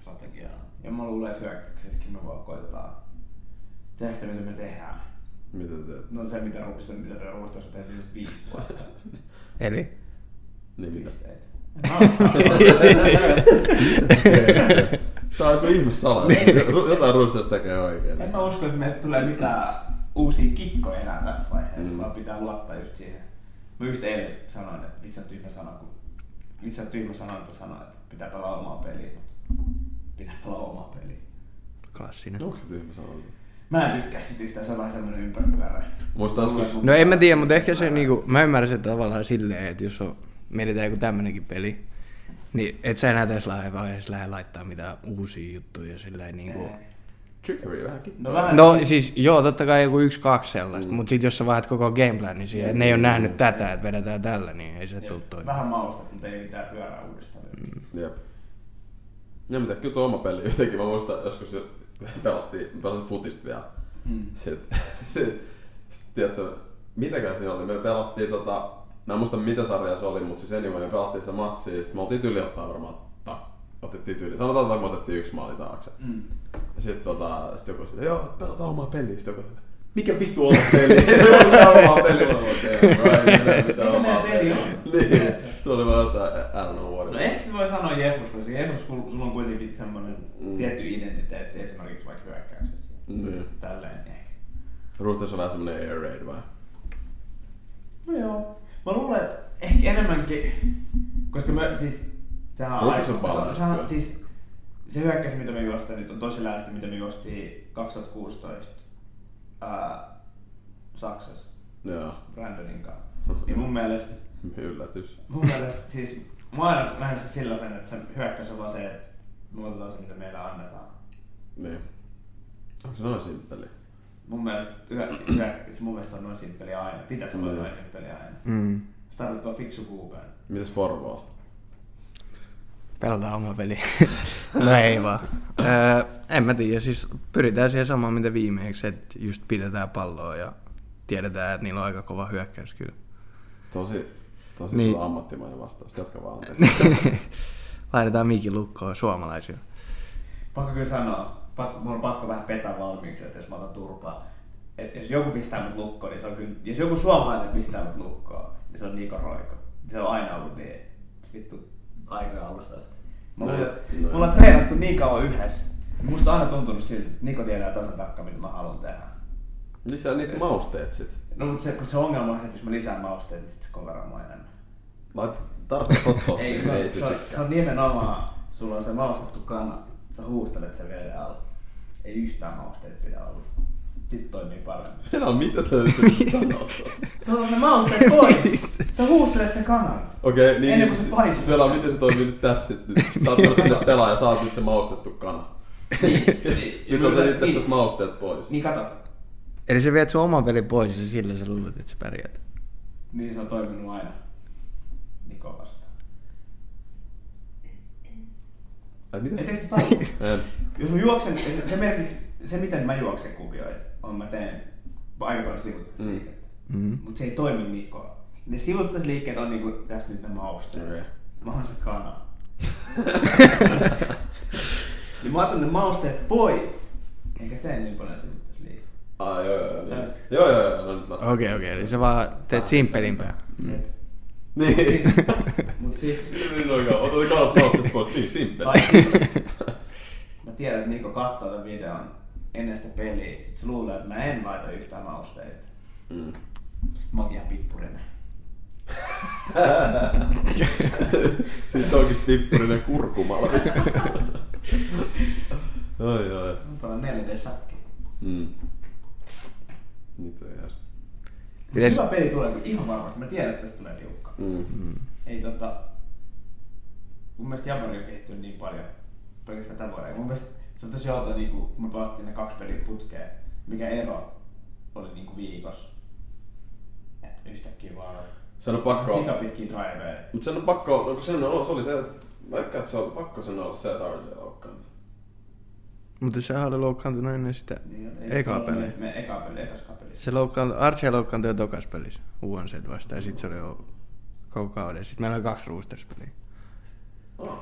C: strategia on. Ja mä luulen, että hyökkäyksessäkin me vaan koitetaan tehdä sitä, mitä me tehdään.
A: Mitä te teet?
C: No se, mitä ruukista, mitä me ruukista on tehty nyt viisi vuotta.
B: Eli?
A: Niin mitä?
C: Pisteet. En mä osaa.
A: Tää on joku ihme salaa.
B: Niin.
A: Jotain ruistasta tekee oikein.
C: en mä usko, että meille tulee mitään uusia kikkoja enää tässä vaiheessa,
A: Mm.
C: mm. vaan pitää luottaa just siihen. Mä just eilen sanoin, että vitsi on tyhmä sana, kun vitsi on tyhmä sana, että sanoa, että pitää pelaa omaa peliä, mutta pitää pelaa omaa peliä.
B: Klassinen.
A: Onko se tyhmä sanonta?
C: Mä en tykkää sit yhtään, se on vähän semmonen ympäripyörä.
A: Muista joskus-
B: No en mä tiedä, mutta ehkä se niinku, mä ymmärrän sen tavallaan silleen, että jos on, mietitään joku tämmönenkin peli, niin et sä enää tässä vaiheessa lähde laittaa mitään uusia juttuja silleen niinku.
A: Trickery vähänkin.
C: No vähän.
B: No siis joo, totta kai joku yksi kaksi sellaista,
A: Mm.
B: mutta sit jos sä vaihdat koko gameplanin niin siihen, että ne ei ole nähnyt tätä, että vedetään tällä, niin ei se
C: Jep,
B: tuu toimimaan.
C: Vähän mausta, mutta ei mitään pyörää uudestaan. Mm.
A: Jep. Ja mitä, kyllä tuo oma peli jotenkin. Mä muistan joskus jo pelattiin, mä pelasin futista vielä.
C: Mm.
A: Sitten, sit, sit, tiedätkö, mitäkään siinä oli. Me pelattiin tota, mä en muista mitä sarjaa se oli, mutta siis anyway, me pelattiin sitä matsia. Sitten me oltiin tyyli ottaa varmaan, ta, otettiin tyyli. Sanotaan, että me otettiin yksi maali taakse.
C: Mm.
A: Ja sitten tota, sit joku sille, joo, pelataan omaa peliä. Sitten joku sille, mikä vittu on peli? Pelataan omaa peliä. Mä olin, okei, right, mitä- mitä
C: Mikä
A: omaa
C: meidän peli on?
A: Niin, se oli vaan jotain, I don't know what it
C: No
A: was.
C: ehkä sit voi sanoa Jefus, koska Jefus, sul- sulla on kuitenkin semmonen
A: Mm.
C: mm. tietty identiteetti esimerkiksi vaikka hyökkäyksessä.
A: Niin.
C: Tälleen ehkä.
A: Roosters on vähän semmonen air raid vai?
C: No joo. Mä luulen, että ehkä enemmänkin, koska mä siis... Sehän on,
A: Olisiko se
C: se,
A: paljon
C: sehän,
A: sitten?
C: siis, se hyökkäys, mitä me juostiin nyt, on tosi läheistä, mitä me juostiin 2016 ää, Saksassa
A: Joo.
C: Brandonin kanssa. Niin mun mielestä,
A: Yllätys.
C: mun mielestä siis, mä oon aina nähnyt se sillä sen, että se hyökkäys on vaan se, että me otetaan se, mitä meillä annetaan.
A: Niin. Onko se noin simppeli?
C: Mun mielestä, yhä, yhä, siis mun mielestä on noin simppeli aina. Pitäisi olla
A: Mm.
C: noin simppeli aina.
B: Mm.
C: Sä tarvitset vaan fiksu kuupeen.
A: Mites Porvoa?
B: Pelataan oma peli. no ei vaan. Öö, en mä tiedä, siis pyritään siihen samaan mitä viimeksi, että just pidetään palloa ja tiedetään, että niillä on aika kova hyökkäys kyllä.
A: Tosi, tosi
B: Niin.
A: niin. ammattimainen vastaus. Jatka vaan anteeksi.
B: Laitetaan mikin lukkoon suomalaisille.
C: Pakko kyllä sanoa, pakko, mulla on pakko vähän petä valmiiksi, että jos mä otan turpaa. Että jos joku pistää mut lukkoon, niin se on kyllä, jos joku suomalainen pistää mut lukkoon, niin se on Niko Roiko. Se on aina ollut niin, vittu, aikoja alusta asti. Mä
A: No
C: no,
A: ja- no ja-
C: mulla on treenattu niin kauan yhdessä. niin Musta on aina tuntunut siltä, että Niko tietää tasan tarkkaan, mitä mä haluan tehdä.
A: Lisää niitä mausteet sit.
C: No mutta se, kun se ongelma on se, että jos mä lisään mausteita, niin sit se koveraa mua enemmän.
A: Laitat tarpeeksi hot saucea,
C: Ei,
A: niin
C: se, on,
A: ei
C: se, on,
A: se
C: se on nimenomaan, sulla on se maustettu kana, sä huuhtelet sen vielä alla. Ei yhtään mausteet pidä olla. Sitten toimii paremmin.
A: Enää mitä sä yrität sanoa.
C: Se on ne mausteet pois! Sä huuhtelet sen kanan.
A: Okei, okay, niin.
C: Ennen kuin se
A: sit-
C: paistaa
A: sit vielä on,
C: sen.
A: miten se toimii nyt tässä sit. Nyt Sä oot mennyt sinne pelaaja, sä oot nyt se maustettu kana.
C: Niin,
A: Nyt otat itse tästä mausteet pois.
C: Niin kato.
B: Eli se viet sun oman pelin pois ja sillä sä luulet, että sä pärjäät.
C: Niin se on toiminut aina. Niko vastaan.
A: Ai miten?
C: Etteikö te tajua?
A: En.
C: Jos mä juoksen, se, se merkiksi se miten mä juoksen kuvioit, on mä teen aika paljon sivuttaisliikettä.
B: Mm.
C: Mutta se ei toimi Nikoa. Ne sivuttaisliikkeet on niinku tässä nyt ne mausteet.
A: Okei.
C: Mä oon se kana. niin mä otan ne mausteet pois. Enkä tee niin paljon sivuttaisliikettä.
A: Ai joo joo joo. Niin.
C: Täytyy.
A: Joo joo joo. No nyt vasta.
B: Okei, okei, eli sä vaan teet simpelimpää.
C: Mm.
A: Niin.
C: Mut sit,
A: Niin oikein. Otat kanat mausteet pois. Niin, simppeli.
C: tai sit, mä tiedän, että Niko katsoo tämän videon ennen sitä peliä. Sit se luulee, että mä en laita yhtään mausteita.
A: Mm.
C: Sit mä oonkin ihan pippurinen.
A: Sitten onkin tippurinen kurkumalla. Oi oi.
C: Mä pelaan 4D-shakki.
A: Mm. Nyt ei jää.
B: Pitäis-
C: Hyvä peli tulee kyllä ihan varmasti. Mä tiedän, että tästä tulee tiukka.
A: Mm.
B: Mm.
C: ei tota... Mun mielestä Jabari on kehittynyt niin paljon pelkästään tämän vuoden. Mun mielestä se on tosi outoa, niin kun me pelattiin ne kaksi peliä putkeen, mikä ero oli niin kuin viikossa. Et yhtäkkiä vaan
A: Sen on pakko.
C: sika pitkiä driveja.
A: Mut sen on pakko, no kun sen on, se oli se, että vaikka että se on pakko sen olla se, että RJ loukkaantui.
B: Mutta sehän oli loukkaantunut ennen sitä
C: Niin, ei se
B: ekaa
C: ollut
B: peliä.
C: Me, me eka peli, ekas pelissä.
B: Se loukkaantui, Archie loukkaantui jo tokas pelissä UNC vastaan ja sit se oli jo koko kauden. Sitten meillä oli kaksi roosterspeliä.
A: Ah. Okei.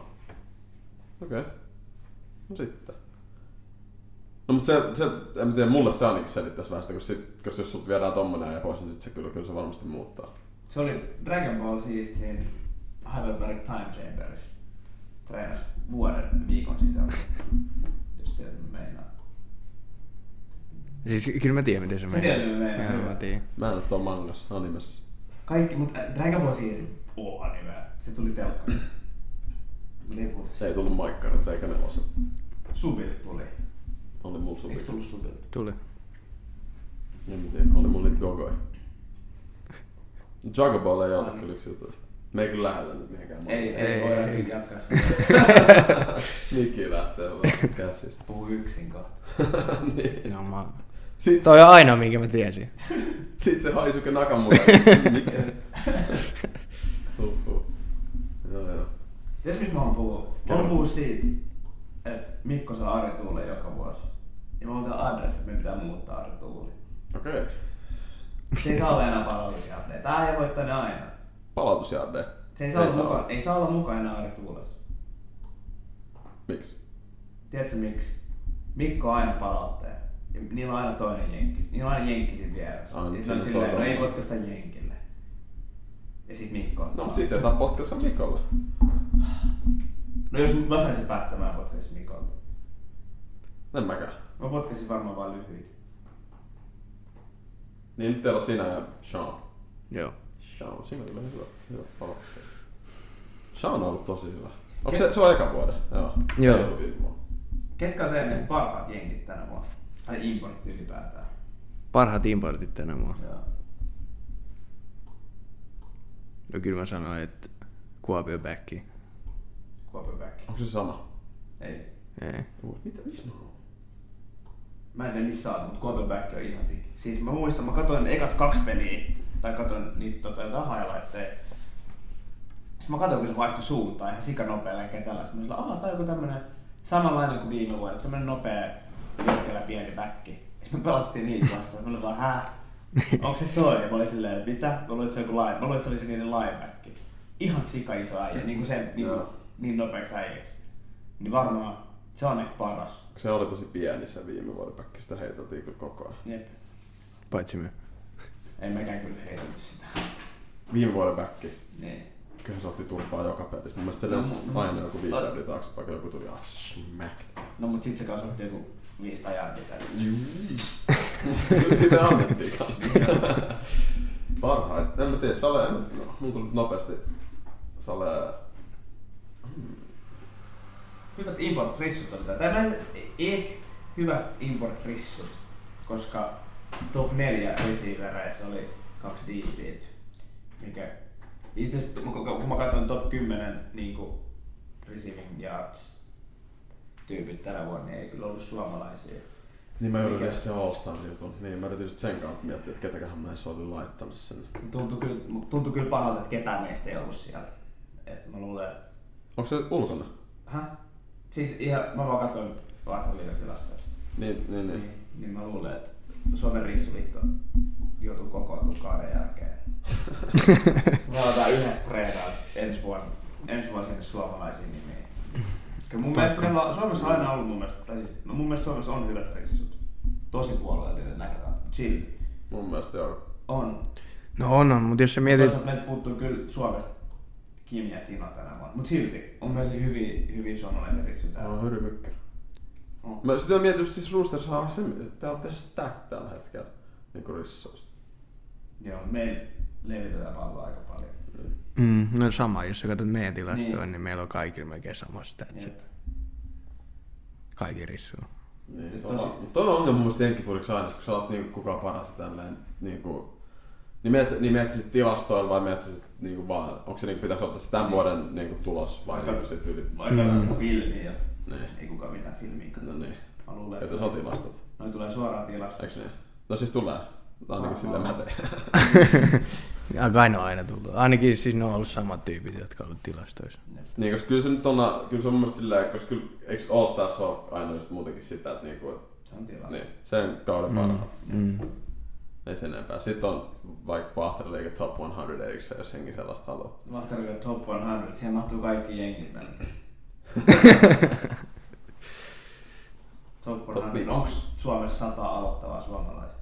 A: Okay. No sitten. No mut se, se, en mä tiedä, mulle se ainakin selittäisi vähän sitä, kun sit, koska jos sut viedään tommonen ja pois, niin sit se kyllä, kyllä se varmasti muuttaa.
C: Se oli Dragon Ball siis siinä Heidelberg Time Chamberissa. Treenas vuoden viikon sisällä. jos tiedät, mitä meinaa.
B: Siis ky- kyllä mä tiedän miten se
C: Sä
B: menee.
C: tiedät, miten menee,
B: Joo,
C: joo.
B: mä tiedän.
A: Mä en oo tuolla mangas, animessa.
C: Kaikki, mutta Dragon Ball siis on anime. Se tuli telkkarista. Mut ei puhuta.
A: Se ei tullut maikkarit eikä neloset.
C: Subilt tuli.
A: Oli mulla supi.
C: Eikö tullut Subilt?
B: Tuli.
A: En mä tiedä, oli mulla niitä gogoi. Jago Ball ei ole kyllä yksi jutuista. Me ei kyllä lähetä nyt mihinkään
C: Ei,
A: mangas.
C: ei,
B: Ei,
C: ei voida
B: ei.
C: jatkaa sitä.
A: Niki lähtee vaan käsistä.
C: Puhu yksin kohta.
A: niin.
B: No mä...
A: Sit
B: Toi on aina minkä mä tiesin.
A: Sitten se Haisuke Nakamura. Mikä? Huhhuh. Joo, joo.
C: Ties missä mä oon puhuu? Mä oon
A: Kerro.
C: puhuu siitä, että Mikko saa Ari Tuule joka vuosi. Ja mä oon tää adressi, että me pitää muuttaa Ari Tuuli.
A: Okei. Okay.
C: Se ei saa olla enää palvelusjärdeä. Tää ei voi tänne aina.
A: Palautusjarde.
C: Se ei saa, olla, mukaan, ei saa olla mukaan enää Ari Tuulessa.
A: Miksi?
C: Tiedätkö miksi? Mikko on aina palautteja. Ja niillä on aina toinen jenkkis. Niillä on aina jenkkisin vieressä.
A: Aina,
C: ja se
A: siinä
C: on
A: on
C: silleen, no
A: toinen.
C: ei potkaista jenkille. Ja sit Mikko on
A: No, mut
C: palautteja.
A: sitten saa potkaista Mikolle.
C: No jos mä saisin päättää, mä potkaisin Mikolle.
A: En mäkään.
C: Mä potkaisin varmaan vain lyhyitä.
A: Niin nyt teillä on sinä ja Sean.
B: Joo.
A: Joo, mut siinä on kyllä hyvä, hyvä palo. Se on ollut tosi hyvä. Onko se, se on eka vuoden? Joo.
B: Joo.
A: Ei ollut viime vuonna.
C: Ketkä on teidän mielestä parhaat jenkit tänä vuonna? Tai importit ylipäätään.
B: Parhaat importit tänä vuonna.
C: Joo.
B: No kyllä mä sanoin, että Kuopio backi.
C: Kuopio back.
A: Onko se sama?
C: Ei.
B: Ei.
A: Uu, Mitä, missä mä oon?
C: Mä en tiedä missä on, mutta Kuopio back on ihan sik. Siis mä muistan, mä katsoin ne ekat kaksi peliä. Tai katsoin niitä tota, jotain highlightteja. Sitten mä katsoin, kun se vaihtui suuntaan ihan sikanopealla ja tällaista. Mä sillä, aha, tää on joku tämmönen samanlainen kuin viime vuonna. Semmonen nopea, liikkeellä pieni bäkki. Sitten me pelattiin niitä vastaan. Mä olin vaan, häh? Onko se toi? Ja mä olin silleen, että mitä? Mä luulin, että se, on joku line. Mä luulin, että se oli se niiden linebacki. Ihan sika iso äijä, niin kuin sen niin,
A: Joo.
C: niin nopeaksi äijäksi. Niin varmaan se on ehkä paras.
A: Se oli tosi pieni se viime vuoden päkki, sitä heiteltiin kyllä koko ajan.
C: Jep.
B: Paitsi me.
C: Ei mekään kyllä heitelty sitä.
A: Viime vuoden päkki.
C: Niin.
A: Kyllä se otti turpaa joka pelissä. Mun mielestä se
C: No,
A: lensi
C: no,
A: aina
C: no.
A: joku viisi sävliä taaksepäin, kun joku tuli ah, smack.
C: No mut sit se kasvatti joku 500 jardia tällä.
A: Sitä annettiin kanssa. Parhaat. En mä tiedä, Sale, en, no, mun tuli nyt nopeasti. Sale,
C: Hyvät import-rissut on tää. Tämä ei- ei hyvät import-rissut, koska top 4 receivereissä oli kaksi diipit. Mikä itse asiassa kun mä- kun mä katson top 10 niin kuin receiving yards tyypit tänä vuonna, niin ei kyllä ollut suomalaisia.
A: Niin mä joudun
C: Mikä?
A: tehdä se All Star jutun. Niin mä yritin just sen kautta miettiä, että ketäköhän mä edes olin laittanut sinne.
C: Tuntui kyllä, mut tuntui kyllä pahalta, että ketään meistä ei ollut siellä. Et mä luulen, että
A: Onko se ulkona?
C: Häh? Siis ihan, mä vaan katsoin vaahtoliikatilastoista.
A: Niin, niin, niin.
C: Niin, niin mä luulen, että Suomen rissuliitto joutuu kokoontumaan kauden jälkeen. mä otan yhdessä treenaan ensi vuonna, ensi vuonna sinne suomalaisiin nimiin. Kyllä mun mielestä meillä on, Suomessa on aina ollut mun mielestä, tai siis no mun mielestä Suomessa on hyvät rissut. Tosi puolueellinen näkökanta, mutta silti.
A: Mun mielestä joo.
C: On.
B: No on on, mutta jos sä mietit...
C: Toisaalta meiltä puuttuu kyllä Suomesta Kim ja Tina tänä vuonna, mutta silti on meillä hyviä, hyviä suomalaisia rissuja
A: Mä
C: täällä.
A: oon hyry mykkä.
C: On.
A: Mä sitä mietin just siis Roosters on se, täällä tehdä stack tällä hetkellä. Niinku rissaus.
C: Joo, me levitetään palloa aika paljon.
B: Mm, no sama, jos sä katsot meidän tilastoa,
C: Niin.
B: niin. niin meillä on kaikilla melkein sama statsit.
C: Jep.
B: Kaikki rissuu.
A: Niin,
C: Siis
A: se on,
C: tosi-
A: mut toi on ongelma mun mielestä jenkkifudiksi aina, sit kun sä oot niinku kuka on paras ja tälleen niinku... Niin meet, sä- niin meet sä sit tilastoilla vai meet sä sit niinku vaan, onko se niinku pitäis ottaa se tämän vuoden niinku tulos vai
C: Aika-
A: niinku sit yli?
C: Vaikka mm. se filmi ja
A: Niin.
C: ei kukaan mitään filmiä katso.
A: No niin.
C: Mä luulen,
A: Että se on tilastot.
C: Noi tulee suoraan
A: Eiks
C: tilastosta.
A: niin? No siis tulee. Ainakin
C: Varmaan.
A: sillä mä teen.
B: Ja kai ne on aina tullut. Ainakin siis ne on ollut samat tyypit, jotka on ollut tilastoissa.
A: Niin, koska kyllä se nyt on, kyllä se on mun mielestä silleen, koska kyllä, eikö All Stars ole aina just muutenkin sitä, että niinku, et,
C: Se on tilasto.
A: niin, sen kauden parhaat.
B: Mm.
A: Ei sen enempää. Sitten on vaikka Vahteriliike Top 100 erikseen, jos henki sellaista haluaa.
C: Vahtarilla Top 100, siihen mahtuu kaikki jengit tänne.
B: Mm.
C: Top
A: Top
C: 100,
A: viisi.
C: onks Suomessa sata aloittavaa suomalaista?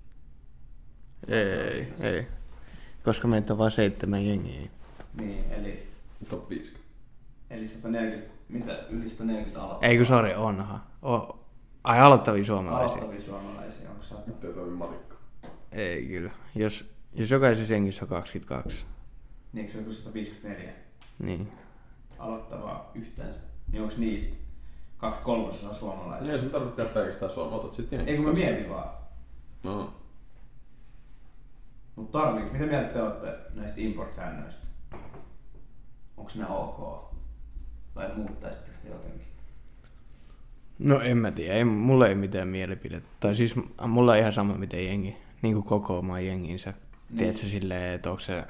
B: Ei, ei. Koska meitä on vaan seitsemän jengiä.
C: Niin, eli,
A: Top 50.
C: eli 140, mitä yli 140 aloittavaa?
B: Eikö sori, onhan. O- Ai aloittavia suomalaisia?
C: Aloittavia suomalaisia, onko sata?
A: Nyt ei toimi matikka.
B: Ei kyllä. Jos, jos jokaisessa jengissä on 22,
C: Niin, eikö se joku 154?
B: niin.
C: aloittavaa yhteensä, niin onko niistä kaksi kolmasosaa suomalaisia?
A: Ei sun tarvitse tehdä pelkästään Suomea, otat sit jengi.
C: Ei kun mä mietin vaan.
A: No,
C: Mutta tarviiks, mitä mieltä te olette näistä import-säännöistä? Onko ne ok? Vai muuttaisitteko te jotenkin?
B: No en mä tiedä, ei, mulla ei mitään mielipidettä. Tai siis m- mulla on ihan sama miten jengi, niin kuin koko oma jenginsä.
C: Niin.
B: Niin. Tiedätkö silleen, että onko se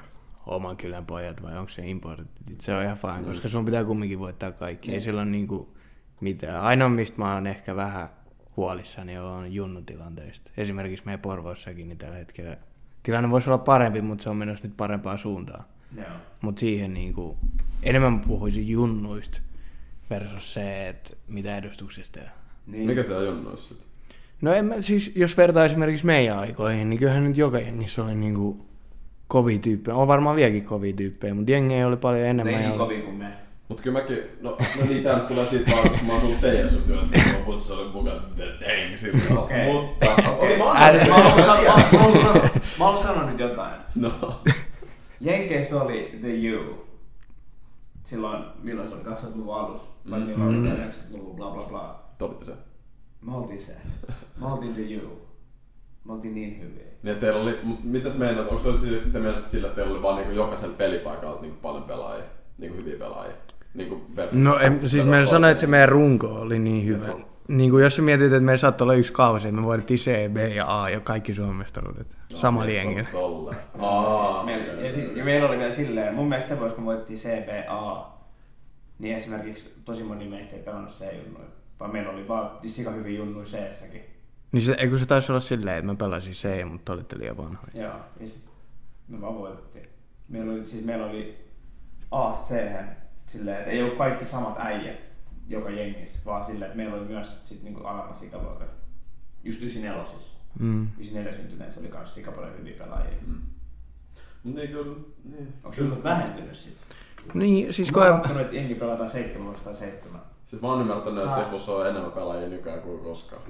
B: oman kylän pojat vai onko se importit. Se on ihan fine, koska sun pitää kumminkin voittaa kaikki. Mm. Niin. Ei
C: Niin.
B: sillä ole niinku mitään. Ainoa mistä mä oon ehkä vähän huolissani on junnutilanteista. Esimerkiksi meidän Porvoissakin niin tällä hetkellä tilanne voisi olla parempi, mutta se on menossa nyt parempaan suuntaan.
C: Joo.
B: Mutta siihen niinku, enemmän mä puhuisin junnuista versus se, että mitä edustuksesta
C: Niin.
A: mikä se on junnoissa sit?
B: No en mä, siis, jos vertaa esimerkiksi meidän aikoihin, niin kyllähän nyt joka jengissä oli niinku kovia tyyppejä. On varmaan vieläkin kovia tyyppejä, mutta jengejä oli paljon enemmän.
C: Ei
B: ja
C: niin
B: oli-
C: kovin kuin me.
A: Mut kyllä mäkin, no, no niin, tää nyt tulee siitä vaan, kun mä oon tullut teidän sun työtä, että lopulta se oli mukaan the dang silloin.
C: Okei.
A: Mutta,
C: Okei.
A: Mä oon- mä oon- mä oon- mä oon-
C: Mä oon sanonut nyt jotain.
A: No.
C: Jenkeissä oli The U. Silloin, milloin se oli 2000-luvun alus, vai milloin oli 90-luvun, bla bla bla.
A: Topitte sen.
C: Me oltiin se. Me oltiin The U. Me oltiin niin hyviä.
A: Niin, että teillä oli, mut mitä sä meinaat, onko se oli sille- te meinasitte sillä, että teillä oli vaan niinku jokaisen pelipaikalta niinku paljon pelaajia, niinku hyviä pelaajia? Niinku ver-
B: No en, siis mä sanoin, että se meidän runko oli niin hyvä.
A: Joo.
B: Niin kuin jos sä mietit, että me saattoi olla yksi kausi, että me voitettiin C, B ja A ja kaikki Suomen mestaruudet. Sama jengillä.
A: Tolle. Aa,
C: Meillä, ja, sit, ja meillä oli vielä silleen, mun mielestä se voisi, kun voittiin CBA, niin esimerkiksi tosi moni meistä ei pelannut C-junnuja, vaan meillä oli vaan siis sika hyvin junnuja C-säkin.
B: Niin se, eikö se taisi olla silleen, että mä pelasin C, mutta te olitte liian vanhoja.
C: Joo, ja sit me vaan voitettiin. Meillä oli, siis meillä oli A C silleen, että ei ollut kaikki samat äijät joka jengissä, vaan silleen, että meillä oli myös sit niinku alemmas ikäluokat. Just 94 siis.
B: Mm.
C: 94 syntyneissä oli kans sika paljon hyviä pelaajia.
A: Mut niin Mm. kyllä, niin.
C: Onko sinut vähentynyt sit?
B: Niin, siis
C: Mä
B: kun...
C: oon kattonut, että jengi pelataan 7 vastaan 7.
A: Siis mä oon ymmärtänyt, että
C: Ah.
A: Tefus on enemmän pelaajia nykyään kuin koskaan.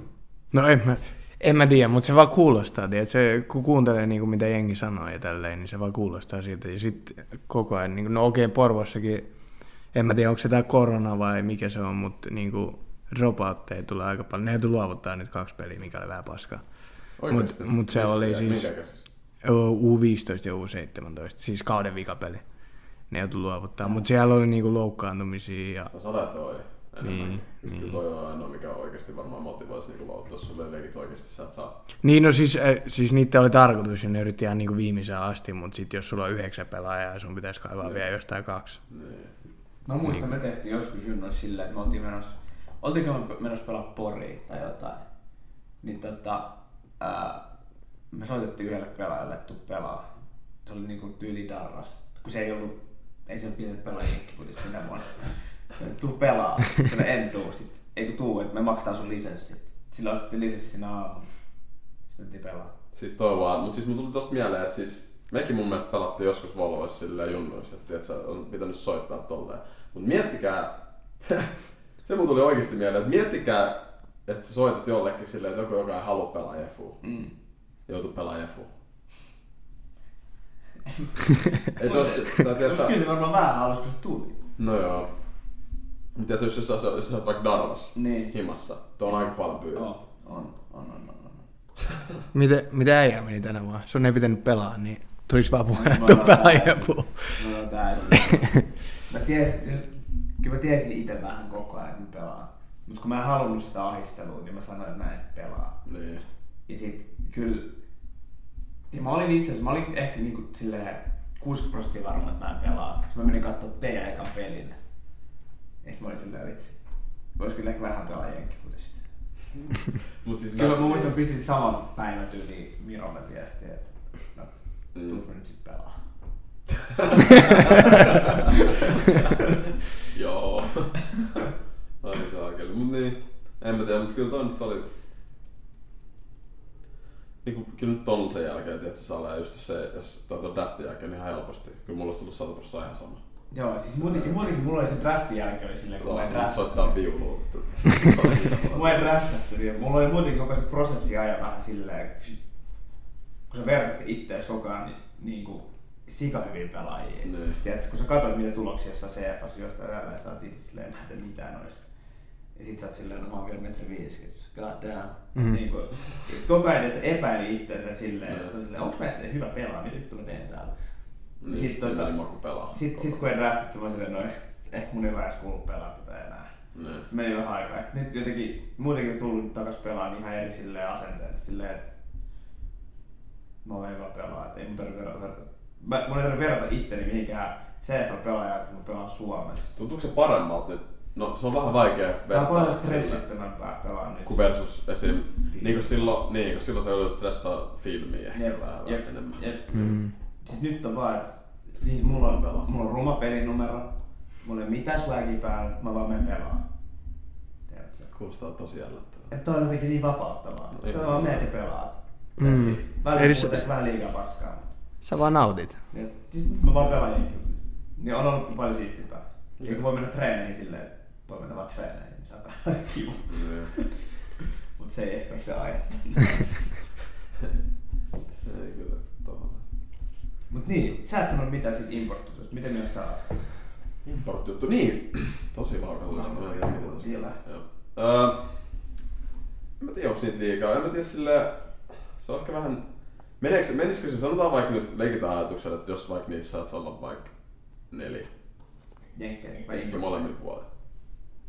B: No en mä, en mä tiedä, mutta se vaan kuulostaa, tiedät, se, kun kuuntelee niin kuin mitä jengi sanoo ja tälleen, niin se vaan kuulostaa siitä. Ja sitten koko ajan, niin kuin, no okei Porvossakin, en mä tiedä onko se tää korona vai mikä se on, mutta niin kuin, roboutteja tulee aika paljon. Ne joutui luovuttaa nyt kaksi peliä, mikä oli vähän paskaa.
A: Oikeesti?
B: mut se
A: Missä
B: oli
A: ja
B: siis-
A: Minkä käsissä?
B: U15 ja U17, siis kauden vikapeli. Ne joutui luovuttaa, mutta siellä oli niin kuin, loukkaantumisia ja
A: Se on sada toi.
B: Niin,
A: niin. Kyllä toi on ainoa, mikä oikeesti varmaan motivoisi niinku lauttaa sulle leikit oikeesti sä et saa.
B: Niin, no siis, äh, siis niitä oli tarkoitus ja ne yritti ihan niinku viimeiseen asti, mutta sitten jos sulla on yhdeksän pelaajaa, sun pitäisi kaivaa
A: Niin.
B: vielä jostain kaksi.
A: Niin.
C: Mä muistan, me tehtiin joskus junnoissa silleen, että me oltiin menossa, oltiinko me menossa pelaa poriin tai jotain. Niin tota, ää, me soitettiin yhdelle pelaajalle, että tuu pelaa. Se oli niinku tyyli darras, kun se ei ollut, ei se pitänyt pelaa jenkkifutista sinä vuonna. Tuu pelaa, sitten en tuu, sit, ei kun tuu, että me maksetaan sun lisenssi. Sillä ostettiin lisenssi sinä aamulla. Sitten mentiin pelaa.
A: Siis toi vaan, mut siis mun tuli tosta mieleen, että siis mekin mun mielestä pelattiin joskus Volvoissa silleen junnuissa, että tiiätkö, on pitänyt soittaa tolleen. Mut miettikää, se mun tuli oikeesti mieleen, että miettikää, että sä soitat jollekin silleen, että joku joka ei halua pelaa Jeffua,
C: Mm.
A: joutuu pelaa Jeffua. ei tos, tai tiiätkö,
C: Kyllä se varmaan vähän halusi, kun se tuli.
A: no joo. Mut tiiätkö, jos, jos, jos, jos sä oot vaikka Darvas,
C: Niin.
A: himassa, tuo on aika paljon pyydetty.
C: On, on, on, on, on. on.
B: Mitä, mitä äijä meni tänä vuonna? Sun ei pitänyt pelaa, niin tulisi vaan puhua,
C: Mä
B: että on
C: otan tää.
B: pelaaja puhua.
C: Mä oon täysin. Mä tiesin, kyllä mä tiesin itse vähän koko ajan, että mä pelaan. Mut kun mä en halunnut sitä ahistelua, niin mä sanoin, että mä en sit pelaa.
A: Niin.
C: Ja sit kyllä... Ja mä olin itse asiassa, mä olin ehkä niinku silleen 60 prosenttia varma, että mä en pelaa. Sitten mä menin kattoo teidän ekan pelin. Ja sit mä olin silleen, vitsi. Vois kyllä ehkä vähän pelaa jenkkifutista.
A: Mut siis
C: Kyllä mä muistan, pistin saman päivän tyyliin Mirolle viestiä, että no,
A: Mm.
C: tuut mä nyt sit pelaa.
A: Joo. Ai saakeli. Mut niin, en mä tiedä, mut kyllä toi nyt oli... Niinku, kyllä nyt on sen jälkeen, että se salee just jos se, jos tai ton draftin jälkeen niin ihan helposti. Kyllä mulla olisi tullut 100 prosenttia ihan sama.
C: Joo, siis muutenkin, muutenkin mulla oli se draftin jälkeen oli silleen, kun mä en
A: Mulla on
C: draft-
A: soittaa viulua.
C: Mua ei draftattu, niin mulla oli muutenkin koko se prosessi ajan vähän silleen, kun sit- kun sä vertasit ittees koko ajan niin, niin kuin sika hyvin pelaajia.
A: Niin.
C: Tiedätkö, kun sä katsoit mitä tuloksia jossain CFS jostain tällä, ja sä oot itse silleen, mä en tee mitään noista. Ja sit sä oot silleen, no mä oon vielä metri 50, god damn.
B: Mm.
C: Niin kuin, koko ajan, että sä epäili itteensä silleen,
A: Niin.
C: että on silleen, onks mä edes hyvä pelaaja, mitä vittu mä teen täällä.
A: Niin,
C: Siis
A: siis tota...
C: tota-
A: maku pelaa.
C: Sitten sit kun ei draftattu, mä olin silleen, no ehkä mun ei vähän edes kuulu pelaa tätä enää.
A: Niin.
C: Sitten meni vähän aikaa. Sitten nyt jotenkin muutenkin tullut takas pelaan ihan eri silleen asenteella. Silleen, että mä oon hyvä pelaa, että ei mun tarvitse verrata. Mä, mun ei tarvitse verrata itteni mihinkään CFL-pelaajaan, kun mä pelaan Suomessa.
A: Tuntuuko se paremmalta nyt? No se on vähän vaikea
C: Tää on paljon
A: silleen.
C: stressittömämpää pelaa nyt.
A: Kun versus
C: Mm.
A: esim. Niin kuin silloin, niin kuin silloin se oli stressaa filmiä ehkä
C: Jep,
A: vähän
C: jep,
A: enemmän.
C: jep. Siis nyt on vaan, että siis mulla
A: Mä pelaan.
C: on, mulla on ruma pelinumero, mulla ei ole mitään swagia päällä, mä vaan menen pelaan. Tiedätkö?
A: Kuulostaa tosi ällöttävältä.
C: Että toi on jotenkin niin vapauttavaa.
A: No,
C: Sä
A: ihan
C: vaan
A: kyllä.
C: meet ja pelaat.
B: Mm.
C: Mm. Välillä
B: Eli se-
C: puhutaan se... vähän liikaa paskaa.
B: Sä vaan nautit.
C: Niin, et- siis Mä vaan pelaan jenkin. Niin on ollut paljon siistimpää. Ja kun voi mennä treeneihin silleen, että voi mennä vaan treeneihin, niin saa vähän kivu.
A: Niin.
C: Mut se ei ehkä ole se aihe.
A: Ei kyllä.
C: Niin, sä et sano mitään siitä importtuutosta. Miten ne sä oot?
A: Import-juttu, niin. Tosi laukalla.
C: Laukalla.
A: Joo, joo, joo.
C: Vielä.
A: Joo. Öö, en mä tiedä, onko niitä liikaa. En mä tiedä sille, se on ehkä vähän... Meneekö, menisikö se, sanotaan vaikka nyt leikitään ajatuksella, että jos vaikka niissä saisi olla vaikka neljä,
C: Jenkkejä vai
A: ehkä
C: import?
A: molemmin puolin,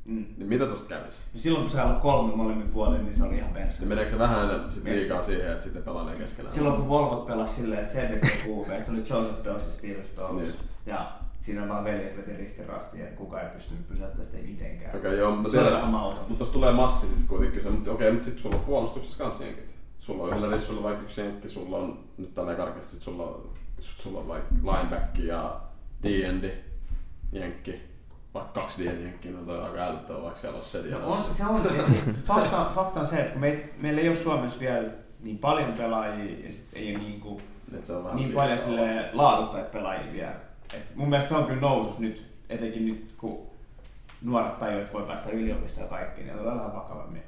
C: Mm.
A: niin mitä tosta kävisi?
C: No Silloin kun sä olet kolme molemmin puolin, niin se oli ihan perse.
A: Niin meneekö se vähän sit
C: Meneekö
A: liikaa siihen, että sitten pelaa ne keskenään?
C: Silloin kun Volvot pelasi silleen, että Cedric ja QB, että oli Joseph Doss ja Steven Stones.
A: Niin.
C: Ja siinä vaan veljet veti ristirastia ja kukaan ei pystynyt pysäyttämään sitä mitenkään.
A: Okei, no okay, joo, mä
C: Se on
A: tiedän.
C: vähän mauton.
A: Mutta tossa tulee massi sitten kuitenkin kyse, mutta okei, mutta sitten sulla on puolustuksessa kans jenkit. Sulla on yhdellä rissulla vaikka yksi jenkki, sulla on nyt tälleen karkeasti, sit sulla on, sit sulla on vaikka lineback ja D&D jenkki. Vaikka kaksi D&D jenkkiä, no toi on aika älyttävä, vaikka siellä on se
C: No
A: ja
C: on, se on, Siis fakta, on- fakta on se, että kun me, meillä ei ole Suomessa vielä niin paljon pelaajia ja sit ei ole niin, kuin,
A: Et se on vähän
C: niin
A: liikaa.
C: paljon sille laadukkaita pelaajia vielä. Et mun mielestä se on kyllä nousus nyt, etenkin nyt kun nuoret tajuu, että voi päästä yliopistoon ja kaikkiin, niin otetaan vähän vakavammin.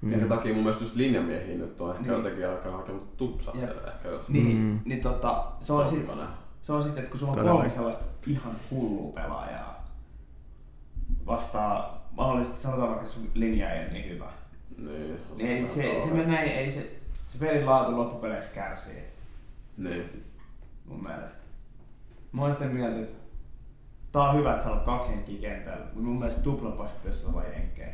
A: Minkä takia mun mielestä just linjamiehiä nyt on ehkä
C: Niin.
A: jotenkin alkaa hakemaan tupsahtelee
C: Jep.
A: ehkä jos.
C: Niin,
B: Mm.
C: niin tota, se on
A: Se on
C: sitten,
A: hyvä nähdä.
C: se on sit, että kun sulla on
B: Todella.
C: kolme sellaista ihan hullua pelaajaa vastaa mahdollisesti sanotaan vaikka että sun linja ei ole niin hyvä.
A: Niin, on
C: Niin ei,
A: vähän
C: se, se,
A: kauheeta.
C: menee, ei se, se pelin laatu loppupeleissä kärsii
A: Niin.
C: mun mielestä. Mä oon sitä mieltä, että tää on hyvä, että sä oot kaksi henkiä kentällä, mutta mun mielestä tuplapassi pitäisi olla vain henkeä.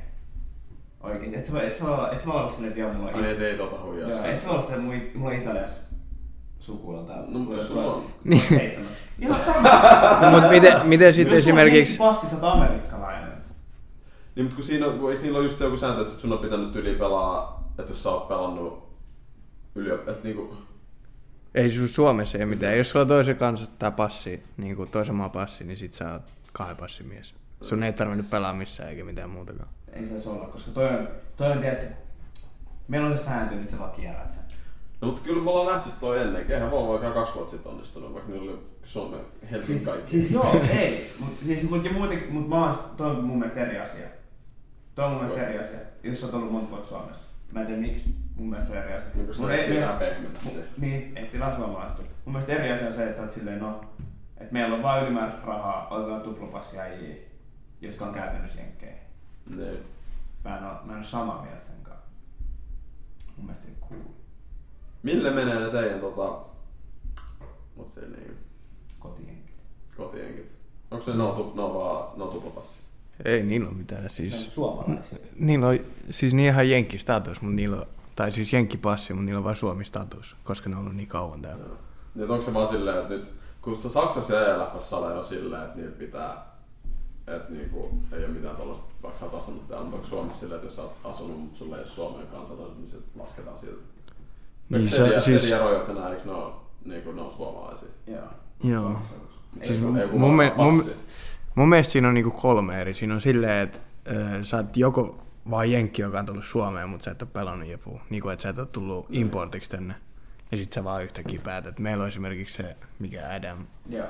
C: Oikeesti, et sä voi, et sä voi olla, et sä voi olla silleen, että joo, mulla
A: Ai
C: on
A: ne ei tota huijaa.
C: Joo, et sä ole sitä mun, mulla on Italiassa sukula tai
A: No, mutta jos sulla on.
B: Niin.
C: Seitsemän. Ihan sama.
B: No, Mut miten- miten sit
C: Jos sulla on
B: esimerkiksi-
C: niin Passissa oot amerikkalainen.
A: Niin, mutta kun siinä on, kun eikö niillä ole just se joku sääntö, että sit sun on pitänyt yli pelaa, että jos sä oot pelannut yliop... Että niinku...
B: Ei sun Suomessa ei ole mitään. Jos sulla on toisen kanssa tää passi, niin kuin toisen maan passi, niin sit sä oot kahden passimies. Sun ei tarvinnut pelaa missään eikä mitään muutakaan.
C: Ei saisi olla, koska toi on, toi on tiedätkö, meillä on se sääntö, nyt sä vaan kierrät sen.
A: No mutta kyllä me ollaan nähty toi ennenkin. Eihän Volvo aikaa kaksi vuotta sitten onnistunut, vaikka niillä oli Suomen Helsingin
C: Siis,
A: kaikki.
C: siis joo, ei. Mut, siis, mut, ja muuten, mut mä oon, toi on mun mielestä eri asia. Toi on mun mielestä eri asia, jos sä oot ollut monta vuotta Suomessa. Mä en tiedä miksi, mun mielestä se on eri asia.
A: Niin kun se
C: Mut
A: ei
C: myös-
A: pitää pehmetä se.
C: Niin, ehti vähän suomalaista. Mun mielestä eri asia on se, että sä oot silleen, no, että meillä on vaan ylimääräistä rahaa, otetaan tuplapassia ei, jotka on käytännössä jenkkejä.
A: Niin.
C: Mä en oo, mä en oo samaa mieltä sen kanssa. Mun mielestä se on cool.
A: Mille menee ne teidän tota... Mut se niinku...
C: Kotijenkkejä.
A: Kotijenkit. Onko se no, tu, no vaan no tuplapassi?
B: Ei niillä ole mitään
C: Ne on
B: siis.
C: suomalaisia.
B: Niillä on, siis niillä on jenkkistatus, mutta niillä on, tai siis jenkkipassi, mutta niillä on vaan suomistatus, koska ne on ollut niin kauan täällä.
A: Joo. Niin, että onko se vaan silleen, että nyt... Kun se Saksassa ja E ELFssä on jo silleen, että niillä pitää että niinku, ei ole mitään tuollaista, vaikka sä oot asunut täällä, mutta onko Suomessa silleen, että jos sä oot asunut, mutta sulla ei ole Suomen kansalaisuus, niin se lasketaan siltä. Niin, se, se, siis... se ero, että nämä, eikö ne ole, niinku, ne on suomalaisia?
C: Joo.
B: Joo.
A: Mut
B: Siis
A: ei,
B: mun-
A: ei, kun
B: mun
A: vaan
B: me- mun-
A: passi.
B: Mun mielestä siinä on niinku kolme eri. Siinä on silleen, että ö, sä oot joko vaan jenkki, joka on tullut Suomeen, mutta sä et ole pelannut joku. Niinku, että sä et ole tullut importiksi tänne. Ja sit sä vaan yhtäkkiä päätät. Meillä on esimerkiksi se, mikä Adam,
C: Joo.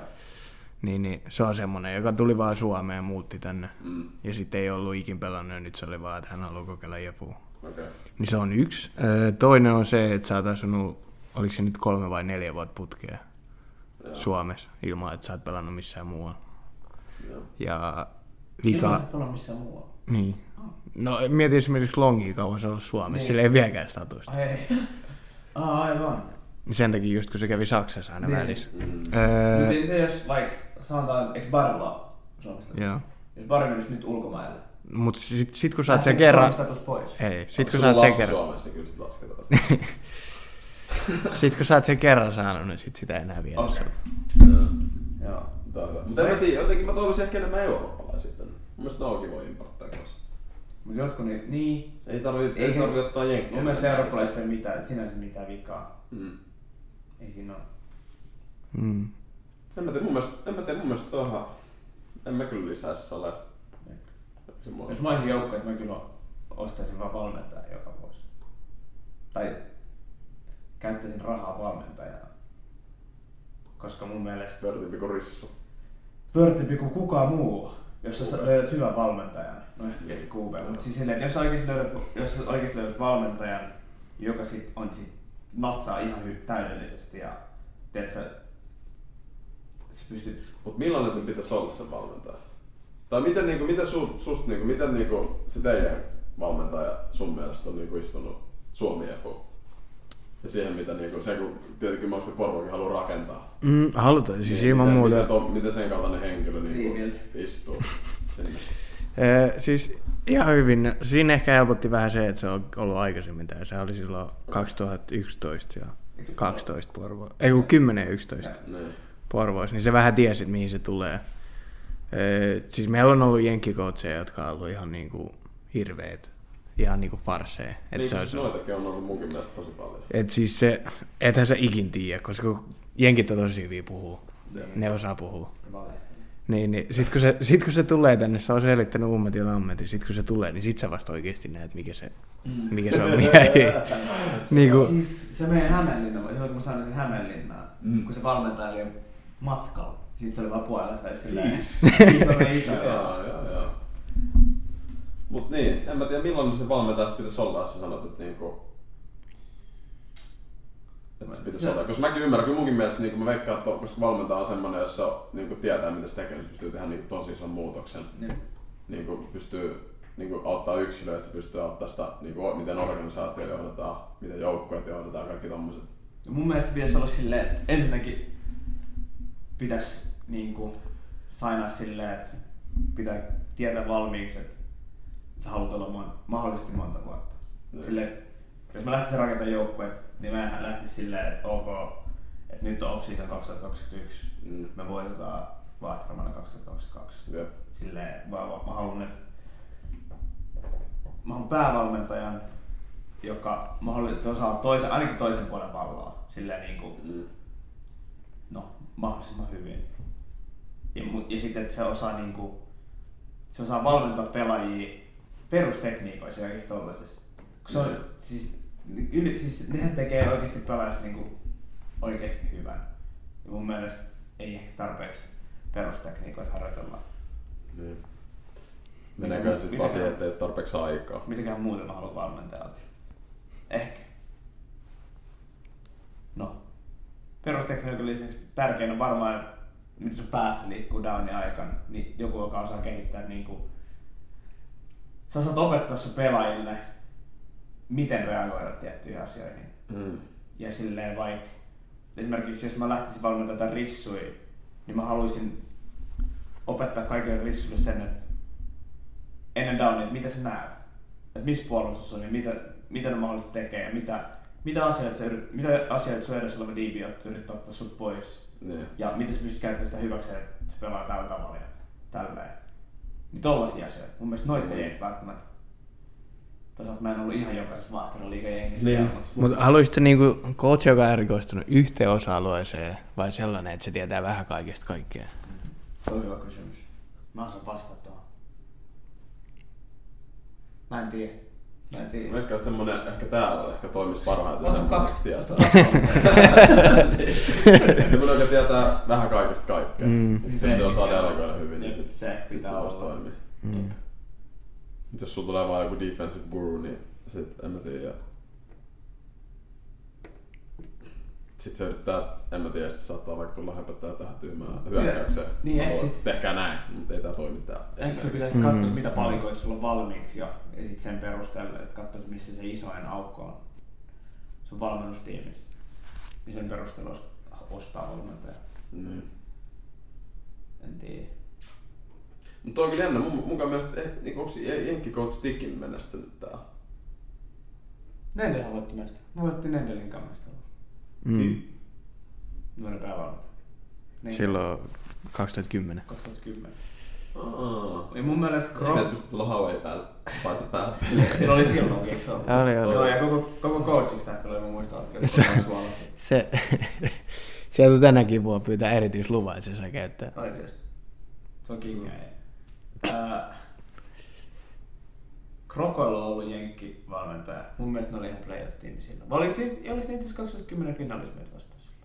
B: niin, niin se on semmonen, joka tuli vaan Suomeen ja muutti tänne.
A: Mm,
B: Ja sitten ei ollut ikin pelannut, ja nyt se oli vaan, että hän haluaa kokeilla joku.
A: okei.
B: Niin se on yksi. Ö, Toinen on se, että sä oot asunut, oliko se nyt kolme vai neljä vuotta putkea
A: Joo,
B: Suomessa, ilman että sä oot pelannut missään muualla.
A: joo.
B: Ja
C: Ilman
B: vika...
C: sä et pelaa missään muualla.
B: Niin. No mietin esimerkiksi longia kauan se on ollut Suomessa,
C: Niin.
B: sillä ei ole vieläkään statusta.
C: Ai ei. Aa, aivan.
B: Niin sen takia just kun se kävi Saksassa aina
C: Niin.
B: välissä.
A: Mm.
B: Öö,
C: Mutta entä jos, like, sanotaan, eikö barilla ole Suomesta?
B: Joo.
C: Jos bari menisi nyt ulkomaille.
B: Mut sit, sit kun sä oot sen
C: lähteekö
B: kerran...
C: Suomen status pois.
B: Ei, sit
A: Onko sun
B: kun sä oot sen
A: lapsi
B: kerran...
A: Suomessa, niin kyllä sit lasketaan.
B: Sit kun sä oot sen kerran saanut, niin sit sitä ei enää viedä
C: Okei.
B: okay.
A: Joo,
C: Joo.
A: tää on hyvä. Mutta en mä tiedä, jotenkin mä toivoisin ehkä enemmän eurooppalaisia tänne. Mun mielestä ne on kivoja importteja kanssa.
C: Mut jotkut niitä, niin.
A: Ei tarvi, ei
C: Eikä-
A: tarvi ottaa jenkkiä.
C: Mun mielestä eurooppalaisissa ei ole mitään, sinänsä mitään vikaa.
A: Mm.
C: Ei siinä ole.
B: Mm.
A: En mä tiedä, mun mielestä, en mä tiedä, mun mielestä se on ihan... En mä kyllä lisäisi se ole.
C: Niin.
A: Se mulla-
C: Jos mä olisin joukko, että mä kyllä ostaisin vaan valmentajan joka vuosi. Tai käyttäisin rahaa valmentajana. Koska mun mielestä
A: Pörtimpi kuin niinku rissu.
C: vörtimpi kuin kukaan muu, jos sä
A: Kuulee.
C: löydät hyvän valmentajan. No ehkä ei kuube, mutta siis silleen, että jos sä oikeesti löydät, jos sä oikeesti löydät valmentajan, joka sit on sit natsaa ihan hy- täydellisesti ja teet sä sä pystyt
A: Mutta millainen sen pitäisi olla sen valmentaja? Tai miten, niinku, miten su, sust, niinku, miten niinku, se teidän valmentaja sun mielestä on niinku, istunut Suomi FU? Ja siihen, mitä niinku, sen kun tietenkin mä uskon, että Porvokin haluaa rakentaa. Niin,
B: Mm, halutaan siis ilman
A: miten,
B: muuta.
A: Miten, to, miten sen kaltainen henkilö niinku,
C: Niin, miltä?
A: istuu sinne?
B: Ee, siis ihan hyvin. Siinä ehkä helpotti vähän se, että se on ollut aikaisemmin tämä. Se oli silloin 2011 ja 12 Porvo. Ei kun 10 11
A: Niin.
B: Porvois, niin se vähän tiesi, että mihin se tulee. Ee, siis meillä on ollut jenkkikoutseja, jotka on ollut ihan niinku hirveet. Ihan niinku farseja. Et
A: Niin,
B: se
A: siis
B: olisi-
A: noitakin on ollut munkin mielestä tosi paljon.
B: et siis se, ethän sä ikin tiedä, koska kun jenkit on tosi hyviä puhuu.
A: Joo.
C: Niin,
B: Ne osaa puhua.
C: valehtelemaan.
B: Niin, niin sit, kun se, sit kun se tulee tänne, se on selittänyt ummet ja lammetin, sit kun se tulee, niin sit sä vasta oikeesti näet, mikä se, mikä se on miehiä. niin kuin,
C: Siis se meni Hämeenlinnaan, silloin kun mä sain sen Hämeenlinnaan,
A: Mm.
C: mm. kun se valmentaja oli matkalla. Sitten se oli vaan puolella välissä silleen.
A: Jees.
C: Italia, Italia.
A: Joo, joo, joo. Mut niin, en mä tiedä millainen se valmentaja sit pitäis olla, jos sä sanot, että niinku... Että se pitäis
C: Joo.
A: olla. Koska mäkin ymmärrän, kyllä munkin mielestä niinku mä veikkaan, että on- koska valmentaja on semmonen, jossa niinku tietää mitä se tekee, niin se pystyy tehdä niinku tosi ison muutoksen.
C: Niin.
A: Niinku pystyy niinku auttaa yksilöä, että se pystyy auttaa sitä, niinku, o- miten organisaatio johdetaan, miten joukkueet johdetaan, kaikki tommoset.
C: No Mun mielestä se pitäisi olla silleen, että ensinnäkin pitäisi niin kuin, sainaa silleen, että pitää tietää valmiiksi, että sä haluat olla mon, mahdollisesti monta vuotta.
A: Joo.
C: Silleen, että jos mä lähtisin rakentamaan joukkueet, niin mä en lähtisi silleen, että ok, että nyt on off-season 2021,
A: Mm.
C: me voitetaan vaihtokamana 2022.
A: Jep.
C: Silleen, vaan, vaan mä haluan, että mä haluan päävalmentajan, joka mahdollisesti osaa toisen, ainakin toisen puolen palloa. Silleen niin kuin,
A: Mm.
C: no, mahdollisimman hyvin. Ja, mu- ja sitten, että se osaa, niin kuin, se osaa valmentaa pelaajia perustekniikoissa ja kaikissa tollasissa. Kun Se on,
A: Mm.
C: siis, yli, siis nehän tekee oikeasti pelaajista niin kuin, oikeasti hyvän. Ja mun mielestä ei ehkä tarpeeksi perustekniikoita harjoitella.
A: Niin.
C: Mitä-
A: Meneekö sit
C: mitä
A: vaan siihen,
C: sä-
A: ettei ole tarpeeksi aikaa?
C: Mitäkään muuta mä haluan valmentajalta. Ehkä. No. Perustekniikan lisäksi tärkein on varmaan, mitä sun päässä liikkuu downin aikana, niin joku, joka osaa kehittää niin kuin... Sä saat opettaa sun pelaajille, miten reagoida tiettyihin asioihin.
A: Mm.
C: Ja silleen vaikka, esimerkiksi jos mä lähtisin valmentaa jotain rissuja, niin mä haluaisin opettaa kaikille rissuille sen, että ennen downia, että mitä sä näet, että missä puolustus on ja mitä, mitä ne mahdollisesti tekee ja mitä, mitä asioita, sä yrit, mitä asioita sun edessä oleva DB ot- yrittää ottaa sut pois
A: Niin.
C: ja miten sä pystyt käyttämään sitä hyväksi, että sä pelaa tällä tavalla ja tälleen. Niin tollasia asioita. Mun mielestä noita ei ehkä välttämättä. Toisaalta mä en ollut ihan jokaisessa vaahtorin liigan jengissä.
A: Niin.
C: vielä, mut-
B: mutta haluaisitko niinku coach, joka on erikoistunut yhteen osa-alueeseen vai sellainen, että se tietää vähän kaikesta kaikkea?
C: Se on hyvä kysymys. Mä osaan vastata tuohon. Mä en tiedä. Mä en
A: Mä
C: tiedä.
A: Veikkaan, että semmonen ehkä täällä ehkä toimisi parhaiten.
C: Osta
A: semmonen,
C: kaksi.
A: että
C: Osta
A: Tietää.
C: kaksi.
A: semmonen, joka tietää vähän kaikesta kaikkea.
B: Mm.
A: Jos se osaa delegoida hyvin, niin
C: Niin. Jep, se
A: sit
C: pitää
A: se voisi
C: olla.
A: toimia.
B: Mm.
A: Mut jos sulla tulee vaan joku defensive guru, niin sit en mä tiedä. Sit se yrittää, en mä tiedä, sit saattaa vaikka tulla höpöttää tähän tyhmään hyökkäykseen.
C: Niin,
A: Mä
C: ehkä
A: tuon,
C: sit-
A: Tehkää näin, mutta ei tää toimi täällä.
C: Ehkä
A: esimerkiksi.
C: sun pitäisi katsoa,
B: Mm.
C: mitä palikoita sulla on valmiiksi jo. Ja sit sen perusteella, että katsoa, missä se isoin aukko on sun valmennustiimissä. Niin sen perusteella os- ostaa valmentaja.
A: Niin.
C: En tiedä.
A: Mutta on kyllä jännä. Mun, mun mielestä eh, niin onko jenkkikoutsi tikin menestynyt tää?
C: Nendelhän voitti meistä. Me voitti Nendelin kammasta.
B: Mm.
A: Niin.
C: Nuoren päävalmentaja. Niin.
B: Silloin 2010.
C: 2010.
A: Aa.
C: Ja mun mielestä
A: Ei meiltä
C: Kroos...
A: pysty tulla Hawaii päälle, paita päälle peliä.
C: Sillä oli silloin, eikö se ollut?
B: Oli, oli.
C: Joo, ja koko, koko coaching staffilla oli mun muistaa, että
B: Se-
C: se on Suomessa.
B: Se, sieltä tänäkin vuonna pyytää erityisluvan, että se saa käyttää.
C: Oikeesti. Se on kinga. Ää, Krokoilla on ollut jenkki valmentaja. Mun mielestä ne oli ihan playoff-tiimi silloin. Vai oliko se, ja oliko ne itse asiassa 2010 finaalissa meitä vastaan silloin?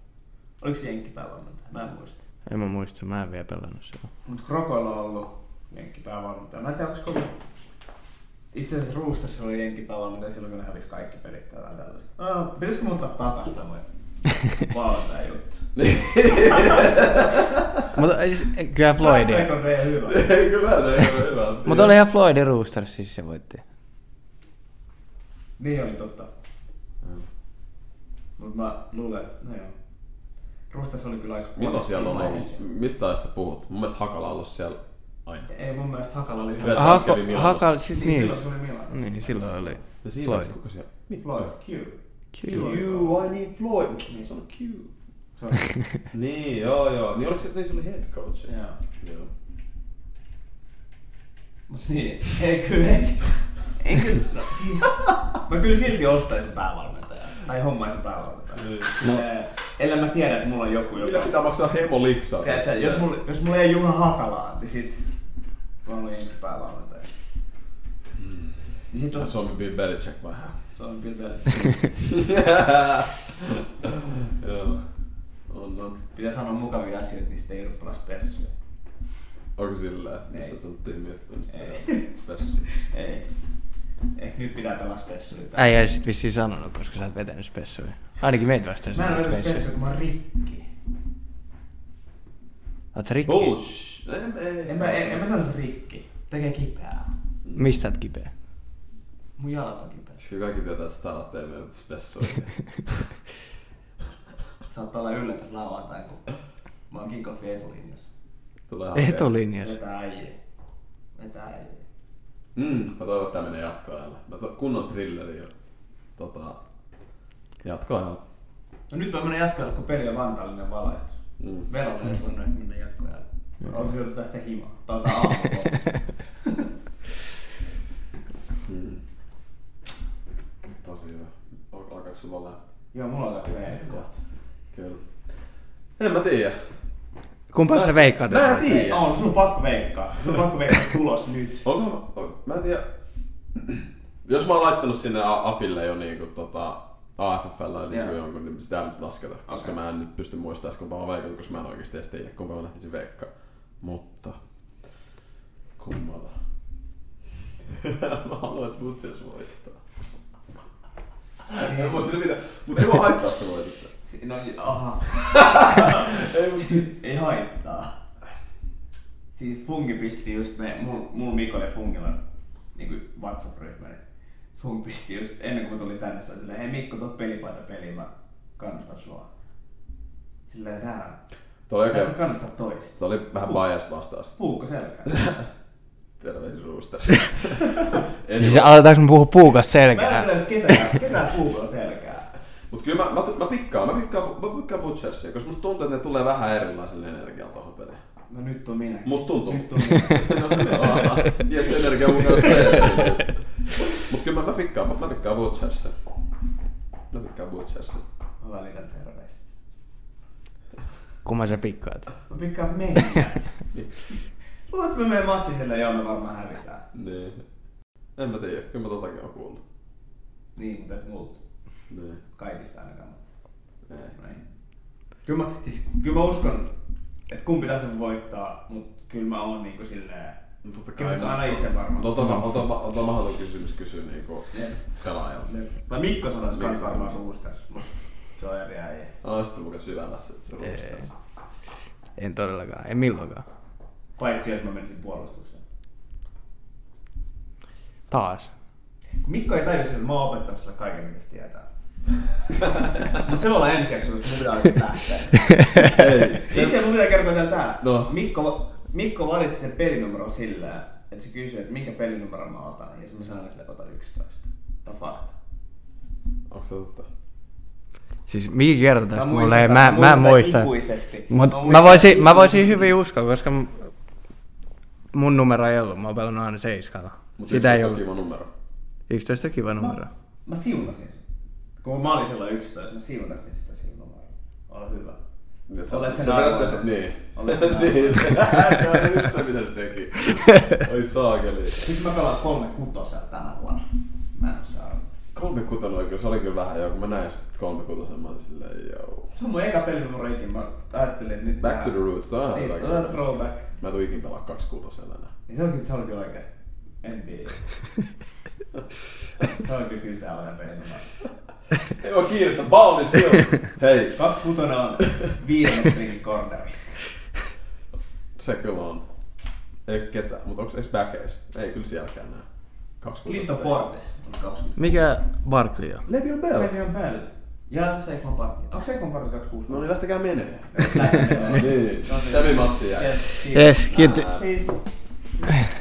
C: Oliko se jenkki päävalmentaja? Mä en muista.
B: En mä muista, mä en vielä pelannut sitä.
C: Mut Krokoilla on ollut jenkkipäävalmentaja. Mä en tiedä, onko kovin... Itse asiassa Roostersilla oli jenkkipäävalmentaja silloin, kun ne hävisi kaikki pelit tai jotain tällaista. Aa, Pitäisikö muuttaa takas tämmöinen? Valtaja juttu.
D: Mutta ei siis, kyllä Floydin.
C: Rekordi ei hyvä.
A: Ei kyllä, ei ole hyvä.
D: Mutta oli ihan Floydin Roosters, siis se voitti.
C: Niin oli totta. Mut mä luulen, no joo. Rustas oli kyllä aika
A: Milloin
C: huonossa
A: siellä on ollut?
C: vaiheessa.
A: Mistä ajasta puhut? Mun mielestä Hakala on ollut siellä aina.
C: Ei mun mielestä Hakala oli
A: Kyllä.
C: hyvä.
A: taas kävi
D: Hako-
A: Milanossa.
D: Haka, siis
C: Niin,
D: niin.
C: silloin se oli Milano.
D: Niin, silloin oli.
A: Ja siinä
D: Floyd.
A: Floyd. kuka siellä?
C: Floyd, Q.
D: Kyllä.
A: I need Floyd. Niin sano Q.
C: Sorry.
A: Niin, joo joo. Niin oliko se, niin se oli head coach?
C: Joo.
A: Joo.
C: Mut niin, ei kyllä, ei, ei kyllä, no, siis, mä kyllä silti ostaisin päävalmentajan, tai hommaisin päävalmentajan. No. Ellei mä tiedä, että mulla on joku,
A: Niin. Kyllä
C: joka...
A: pitää maksaa hemo liksaa.
C: Tiedätkö, jos, mulla, jos mulla ei Juha Hakalaa, niin sit mä oon jenkin päävalmentaja.
A: Mm.
C: Niin sit on...
A: Suomi Bill Belichick vähän.
C: Suomen pitää,
A: Joo. On, on.
C: pitää sanoa mukavia asioita, niin sitten ei rupeaa spessuja.
A: Onko sillä,
C: Ei.
A: missä sä oot tyhmiä, mistä
C: Ei.
A: special.
C: Ei. Ehkä nyt pitää pelaa spessuja.
D: Äijä ei sit vissiin sanonut, koska sä oot vetänyt spessuja. Ainakin meitä vastaan
C: Mä en
D: sanonut
C: ole spessuja,
D: spessuja.
C: kun mä oon rikki.
D: Oot sä rikki?
A: Bullsh! En, ei.
C: En mä, en, en mä sanoisi rikki. Tekee kipeää.
D: Mistä sä oot kipeä?
C: Mun jalat on kipeä.
A: Kyllä kaikki tietää, että Starat ei mene spessuun.
C: Saattaa olla yllätys lauantai, kun mä oon kickoffin etulinjassa.
A: Tulee hakea.
D: Etulinjassa.
C: Vetää äijä. Vetää äijä.
A: Mm, mä toivon, että tää menee jatkoajalle. Mä to, kunnon thrilleri jo. Tota, jatkoajalle.
C: No nyt voi mennä jatkoajalle, kun peli on vantaallinen valaistus.
A: Mm.
C: Verolle ei voinut ehkä mennä jatkoajalle. Onko se joudut tästä himaa? Tai jotain aamukoulusta.
A: Mm. Tosi hyvä. Onko alkaako sulla olla?
C: Joo, mulla on kaikki veenit kohta.
A: Kyllä. En mä tiedä.
D: Kumpaa sä veikkaat?
A: Mä en
D: että-
A: tiedä.
C: Ei, on, sun on pakko veikkaa. Sun on pakko veikkaa tulos nyt.
A: Onko, on- mä en tiedä. Jos mä oon laittanut sinne A- Afille jo niinku tota AFFllä niinku
C: Joo.
A: jonkun, niin sitä ei nyt lasketa. Koska
C: Okei.
A: mä en nyt pysty muistamaan, edes, kuinka mä oon veikannut, koska mä en oikeesti edes tiedä, kuinka mä lähtisin veikkaa. Mutta... Kummalla. mä haluan, että Butchers voittaa. Ei voi
C: Siis,
A: sille mitään, mutta ei voi haittaa sitä voitetta.
C: si- no, aha.
A: Ei mut siis...
C: Siis ei haittaa. Siis Fungi pisti just me, mul, mul Miko ja Fungilla niinku WhatsApp-ryhmä, niin Fungi pisti just ennen kuin mä tulin tänne, se oli silleen, hei Mikko, tuo pelipaita peliin, mä kannustan sua. Silleen tähän.
A: Tuo oli,
C: Sä et
A: oikein,
C: sä kannustaa toista.
A: tuo oli vähän bias vastaus.
C: Puukko selkään.
A: Tervehdys Roosters.
D: Siis aletaanko me puhua puukasta
C: Mä en
D: selkää?
C: tiedä ketään, ketään puukolla selkää.
A: Mut kyllä mä, mä, tu- mä pikkaan, mä pikkaan, mä pikkaan Butchersia, koska musta tuntuu, että ne tulee vähän erilaisella energialla tohon peliin.
C: No nyt on minä.
A: Musta tuntuu.
C: Nyt on minä.
A: No, Jes, energia mukaan se Mut kyllä mä, mä pikkaan, mä, mä pikkaan Butchersia. Mä pikkaan Butchersia.
C: Mä No välitän terveistä.
D: Kumman sä pikkaat?
C: Mä pikkaan meitä.
A: Miksi?
C: Luuletko me menen matsi sillä, joo me varmaan hävitään.
A: Niin. En mä tiedä, kyllä mä totakin oon kuullut.
C: Niin, mutta et multa.
A: Niin.
C: Kaikista ainakaan matsi.
A: Ei.
C: Näin. Kyllä mä, siis, kyllä mä uskon, että kumpi tässä voi voittaa, mutta kyllä mä oon niinku silleen...
A: No totta
C: Kyllä
A: kai.
C: mä oon aina itse varma.
A: Mutta on, on, on, on, on mahdoton kysymys kysyä niinku
C: Ne-
A: pelaajalta.
C: ne- Tai Mikko sanoisi
A: Mikko.
C: kans varmaan suustas, mutta se on eri äijä.
A: Sanoisit sä mukaan syvällä se, että se
D: Ei.
A: Roosters.
D: En todellakaan, en milloinkaan.
C: Paitsi jos mä menisin puolustukseen.
D: Taas.
C: Kun Mikko ei tajua, että mä oon opettanut sille kaiken, mitä se tietää. Mutta se voi olla ensi jaksossa, mutta mun pitää oikein lähteä.
A: Ei.
C: Itse mun pitää kertoa vielä tää.
A: No.
C: Mikko, Mikko valitsi sen pelinumeron sillä, että se kysyi, että minkä pelinumeron mä otan. Ja sit mä sanoin sille, ota 11. Tää on fakta.
A: Onko se totta?
D: Siis mikä kerta
C: Mä
D: tästä
C: muistan
D: mulle? ei-
C: tää-
D: Mä, mä, mä
C: muistan
D: muistan.
C: ikuisesti.
D: Mut
C: Mä
D: mä,
C: muistan
D: voisin, mä
C: ikuisesti.
D: voisin hyvin uskoa, koska m- mun numero ei ollut. Mä oon pelannut aina seiskalla.
A: Mut
D: Sitä ei
A: yksitoista on
D: ollut.
A: kiva numero.
D: 11 kiva numero.
C: Mä siunasin sen. Kun mä olin silloin 11, mä siunasin sitä siunamaa. Ole hyvä.
A: Niin, sä-
C: Olet sen
A: sä
C: arvoinen.
A: periaatteessa- Niin.
C: Olet sen arvoinen.
A: Niin, se- se on just se, mitä se teki. Oi saakeli.
C: Nyt mä pelaan kolme kutosella tänä vuonna. Mä en osaa arvoa.
A: Kolme kutonen oli kyllä, se oli kyllä vähän joo, kun mä näin sit kolme kutosen, mä olin silleen joo.
C: Se on mun eka pelinumero ikinä. Mä ajattelin, että nyt...
A: Back to
C: tää-
A: the roots, tää on
C: Niin,
A: hyvä
C: otetaan
A: kysymys.
C: throwback.
A: Mä en tuu ikin pelaa kaksi kutosella enää.
C: Niin se on kyllä, se oli kyllä oikeesti. En tiedä. se oli kyllä kyseenalainen peli.
A: Ei voi kiirettä, baulis jo. Hei,
C: Kaksi kutona on viiden metrin corneri.
A: se kyllä on. Ei ketään, mutta onko edes backeis? Ei kyllä sielläkään näe. Kaksi
C: Clinton Portis on 20.
D: Mikä Barkley on?
A: Levion Bell.
C: Meni on päällä. Ja Seikon Parkki. Onko Seikon Parkki 26?
A: No niin, lähtekää menee. No
C: Lässä.
A: niin, semi matsi jäi.
C: No Yes, kiitos.
D: Yes, kiitti.
C: Peace.